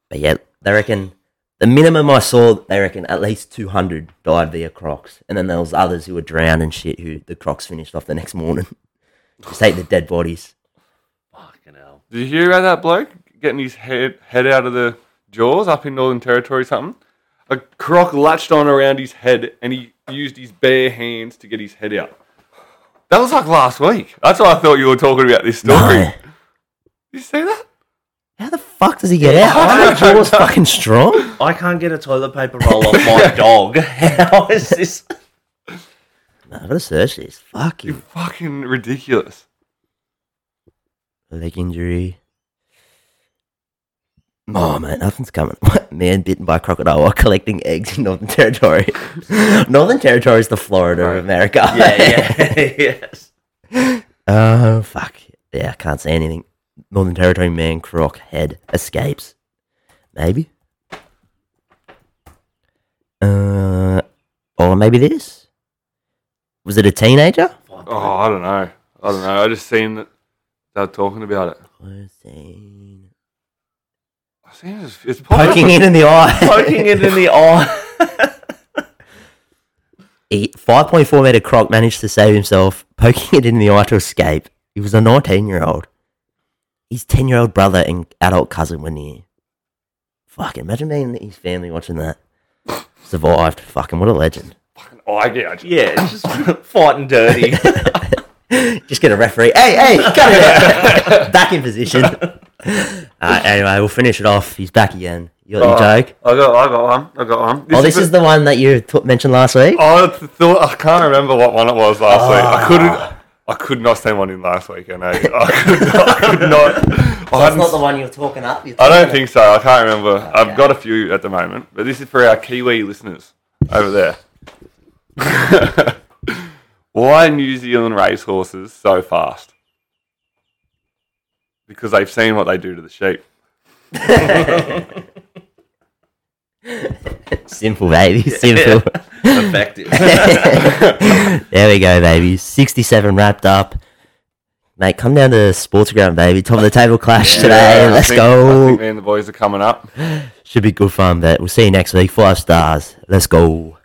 [SPEAKER 1] But yeah, they reckon the minimum I saw, they reckon at least 200 died via crocs. And then there was others who were drowned and shit who the crocs finished off the next morning. Just ate the dead bodies.
[SPEAKER 3] Fucking hell.
[SPEAKER 2] Did you hear about that bloke getting his head head out of the jaws up in Northern Territory? or Something. A croc latched on around his head, and he used his bare hands to get his head out. That was like last week. That's why I thought you were talking about this story.
[SPEAKER 1] No.
[SPEAKER 2] You see that?
[SPEAKER 1] Oh, How the fuck does he get out? Why are jaws fucking strong?
[SPEAKER 3] I can't get a toilet paper roll off my dog. How is this?
[SPEAKER 1] No, I've got to search this. Fuck
[SPEAKER 2] You're
[SPEAKER 1] you.
[SPEAKER 2] fucking ridiculous.
[SPEAKER 1] Leg injury. Oh, man, nothing's coming. Man bitten by a crocodile while collecting eggs in Northern Territory. Northern Territory is the Florida of America.
[SPEAKER 3] Yeah, yeah, yes.
[SPEAKER 1] Oh fuck! Yeah, I can't see anything. Northern Territory man croc head escapes. Maybe. Uh, or maybe this. Was it a teenager?
[SPEAKER 2] Oh, I don't know. I don't know. I just seen that they were talking about it.
[SPEAKER 1] Was seen-
[SPEAKER 2] I seen it's, it's popping
[SPEAKER 1] Poking
[SPEAKER 2] up.
[SPEAKER 1] it in the eye.
[SPEAKER 3] Poking it in the eye.
[SPEAKER 1] A Five point four meter croc managed to save himself, poking it in the eye to escape. He was a nineteen year old. His ten year old brother and adult cousin were near. Fuck! Imagine being his family watching that. Survived. Fucking what a legend.
[SPEAKER 2] Oh, I get it.
[SPEAKER 3] Yeah, it's just fighting dirty.
[SPEAKER 1] Just get a referee. Hey, hey, cut it out. back in position. Uh, anyway, we'll finish it off. He's back again. You got your joke?
[SPEAKER 2] I got, I got one. I got one.
[SPEAKER 1] oh, this is the Oh, one that you t- mentioned last week?
[SPEAKER 2] I Oh, th- thought I can't remember what one it was last week. I
[SPEAKER 1] Ah.
[SPEAKER 2] couldn't. I could not send one in last week, and I, I could not. I, could not, I, hadn't-
[SPEAKER 1] one you're talking up.
[SPEAKER 2] I don't think so. I can't remember. I've got a few at the moment, but this is for our Kiwi listeners over there. Why are New Zealand racehorses so fast? Because they've seen what they do to the sheep.
[SPEAKER 1] Simple, baby. Simple.
[SPEAKER 3] Effective.
[SPEAKER 1] there we go, baby. 67 wrapped up. Mate, come down to Sports Ground, baby. Top of the table clash today.
[SPEAKER 2] I
[SPEAKER 1] Let's
[SPEAKER 2] think- I
[SPEAKER 1] go.
[SPEAKER 2] think me and the boys are coming up.
[SPEAKER 1] Should be good fun, but we'll see you next week. Five stars. Let's go.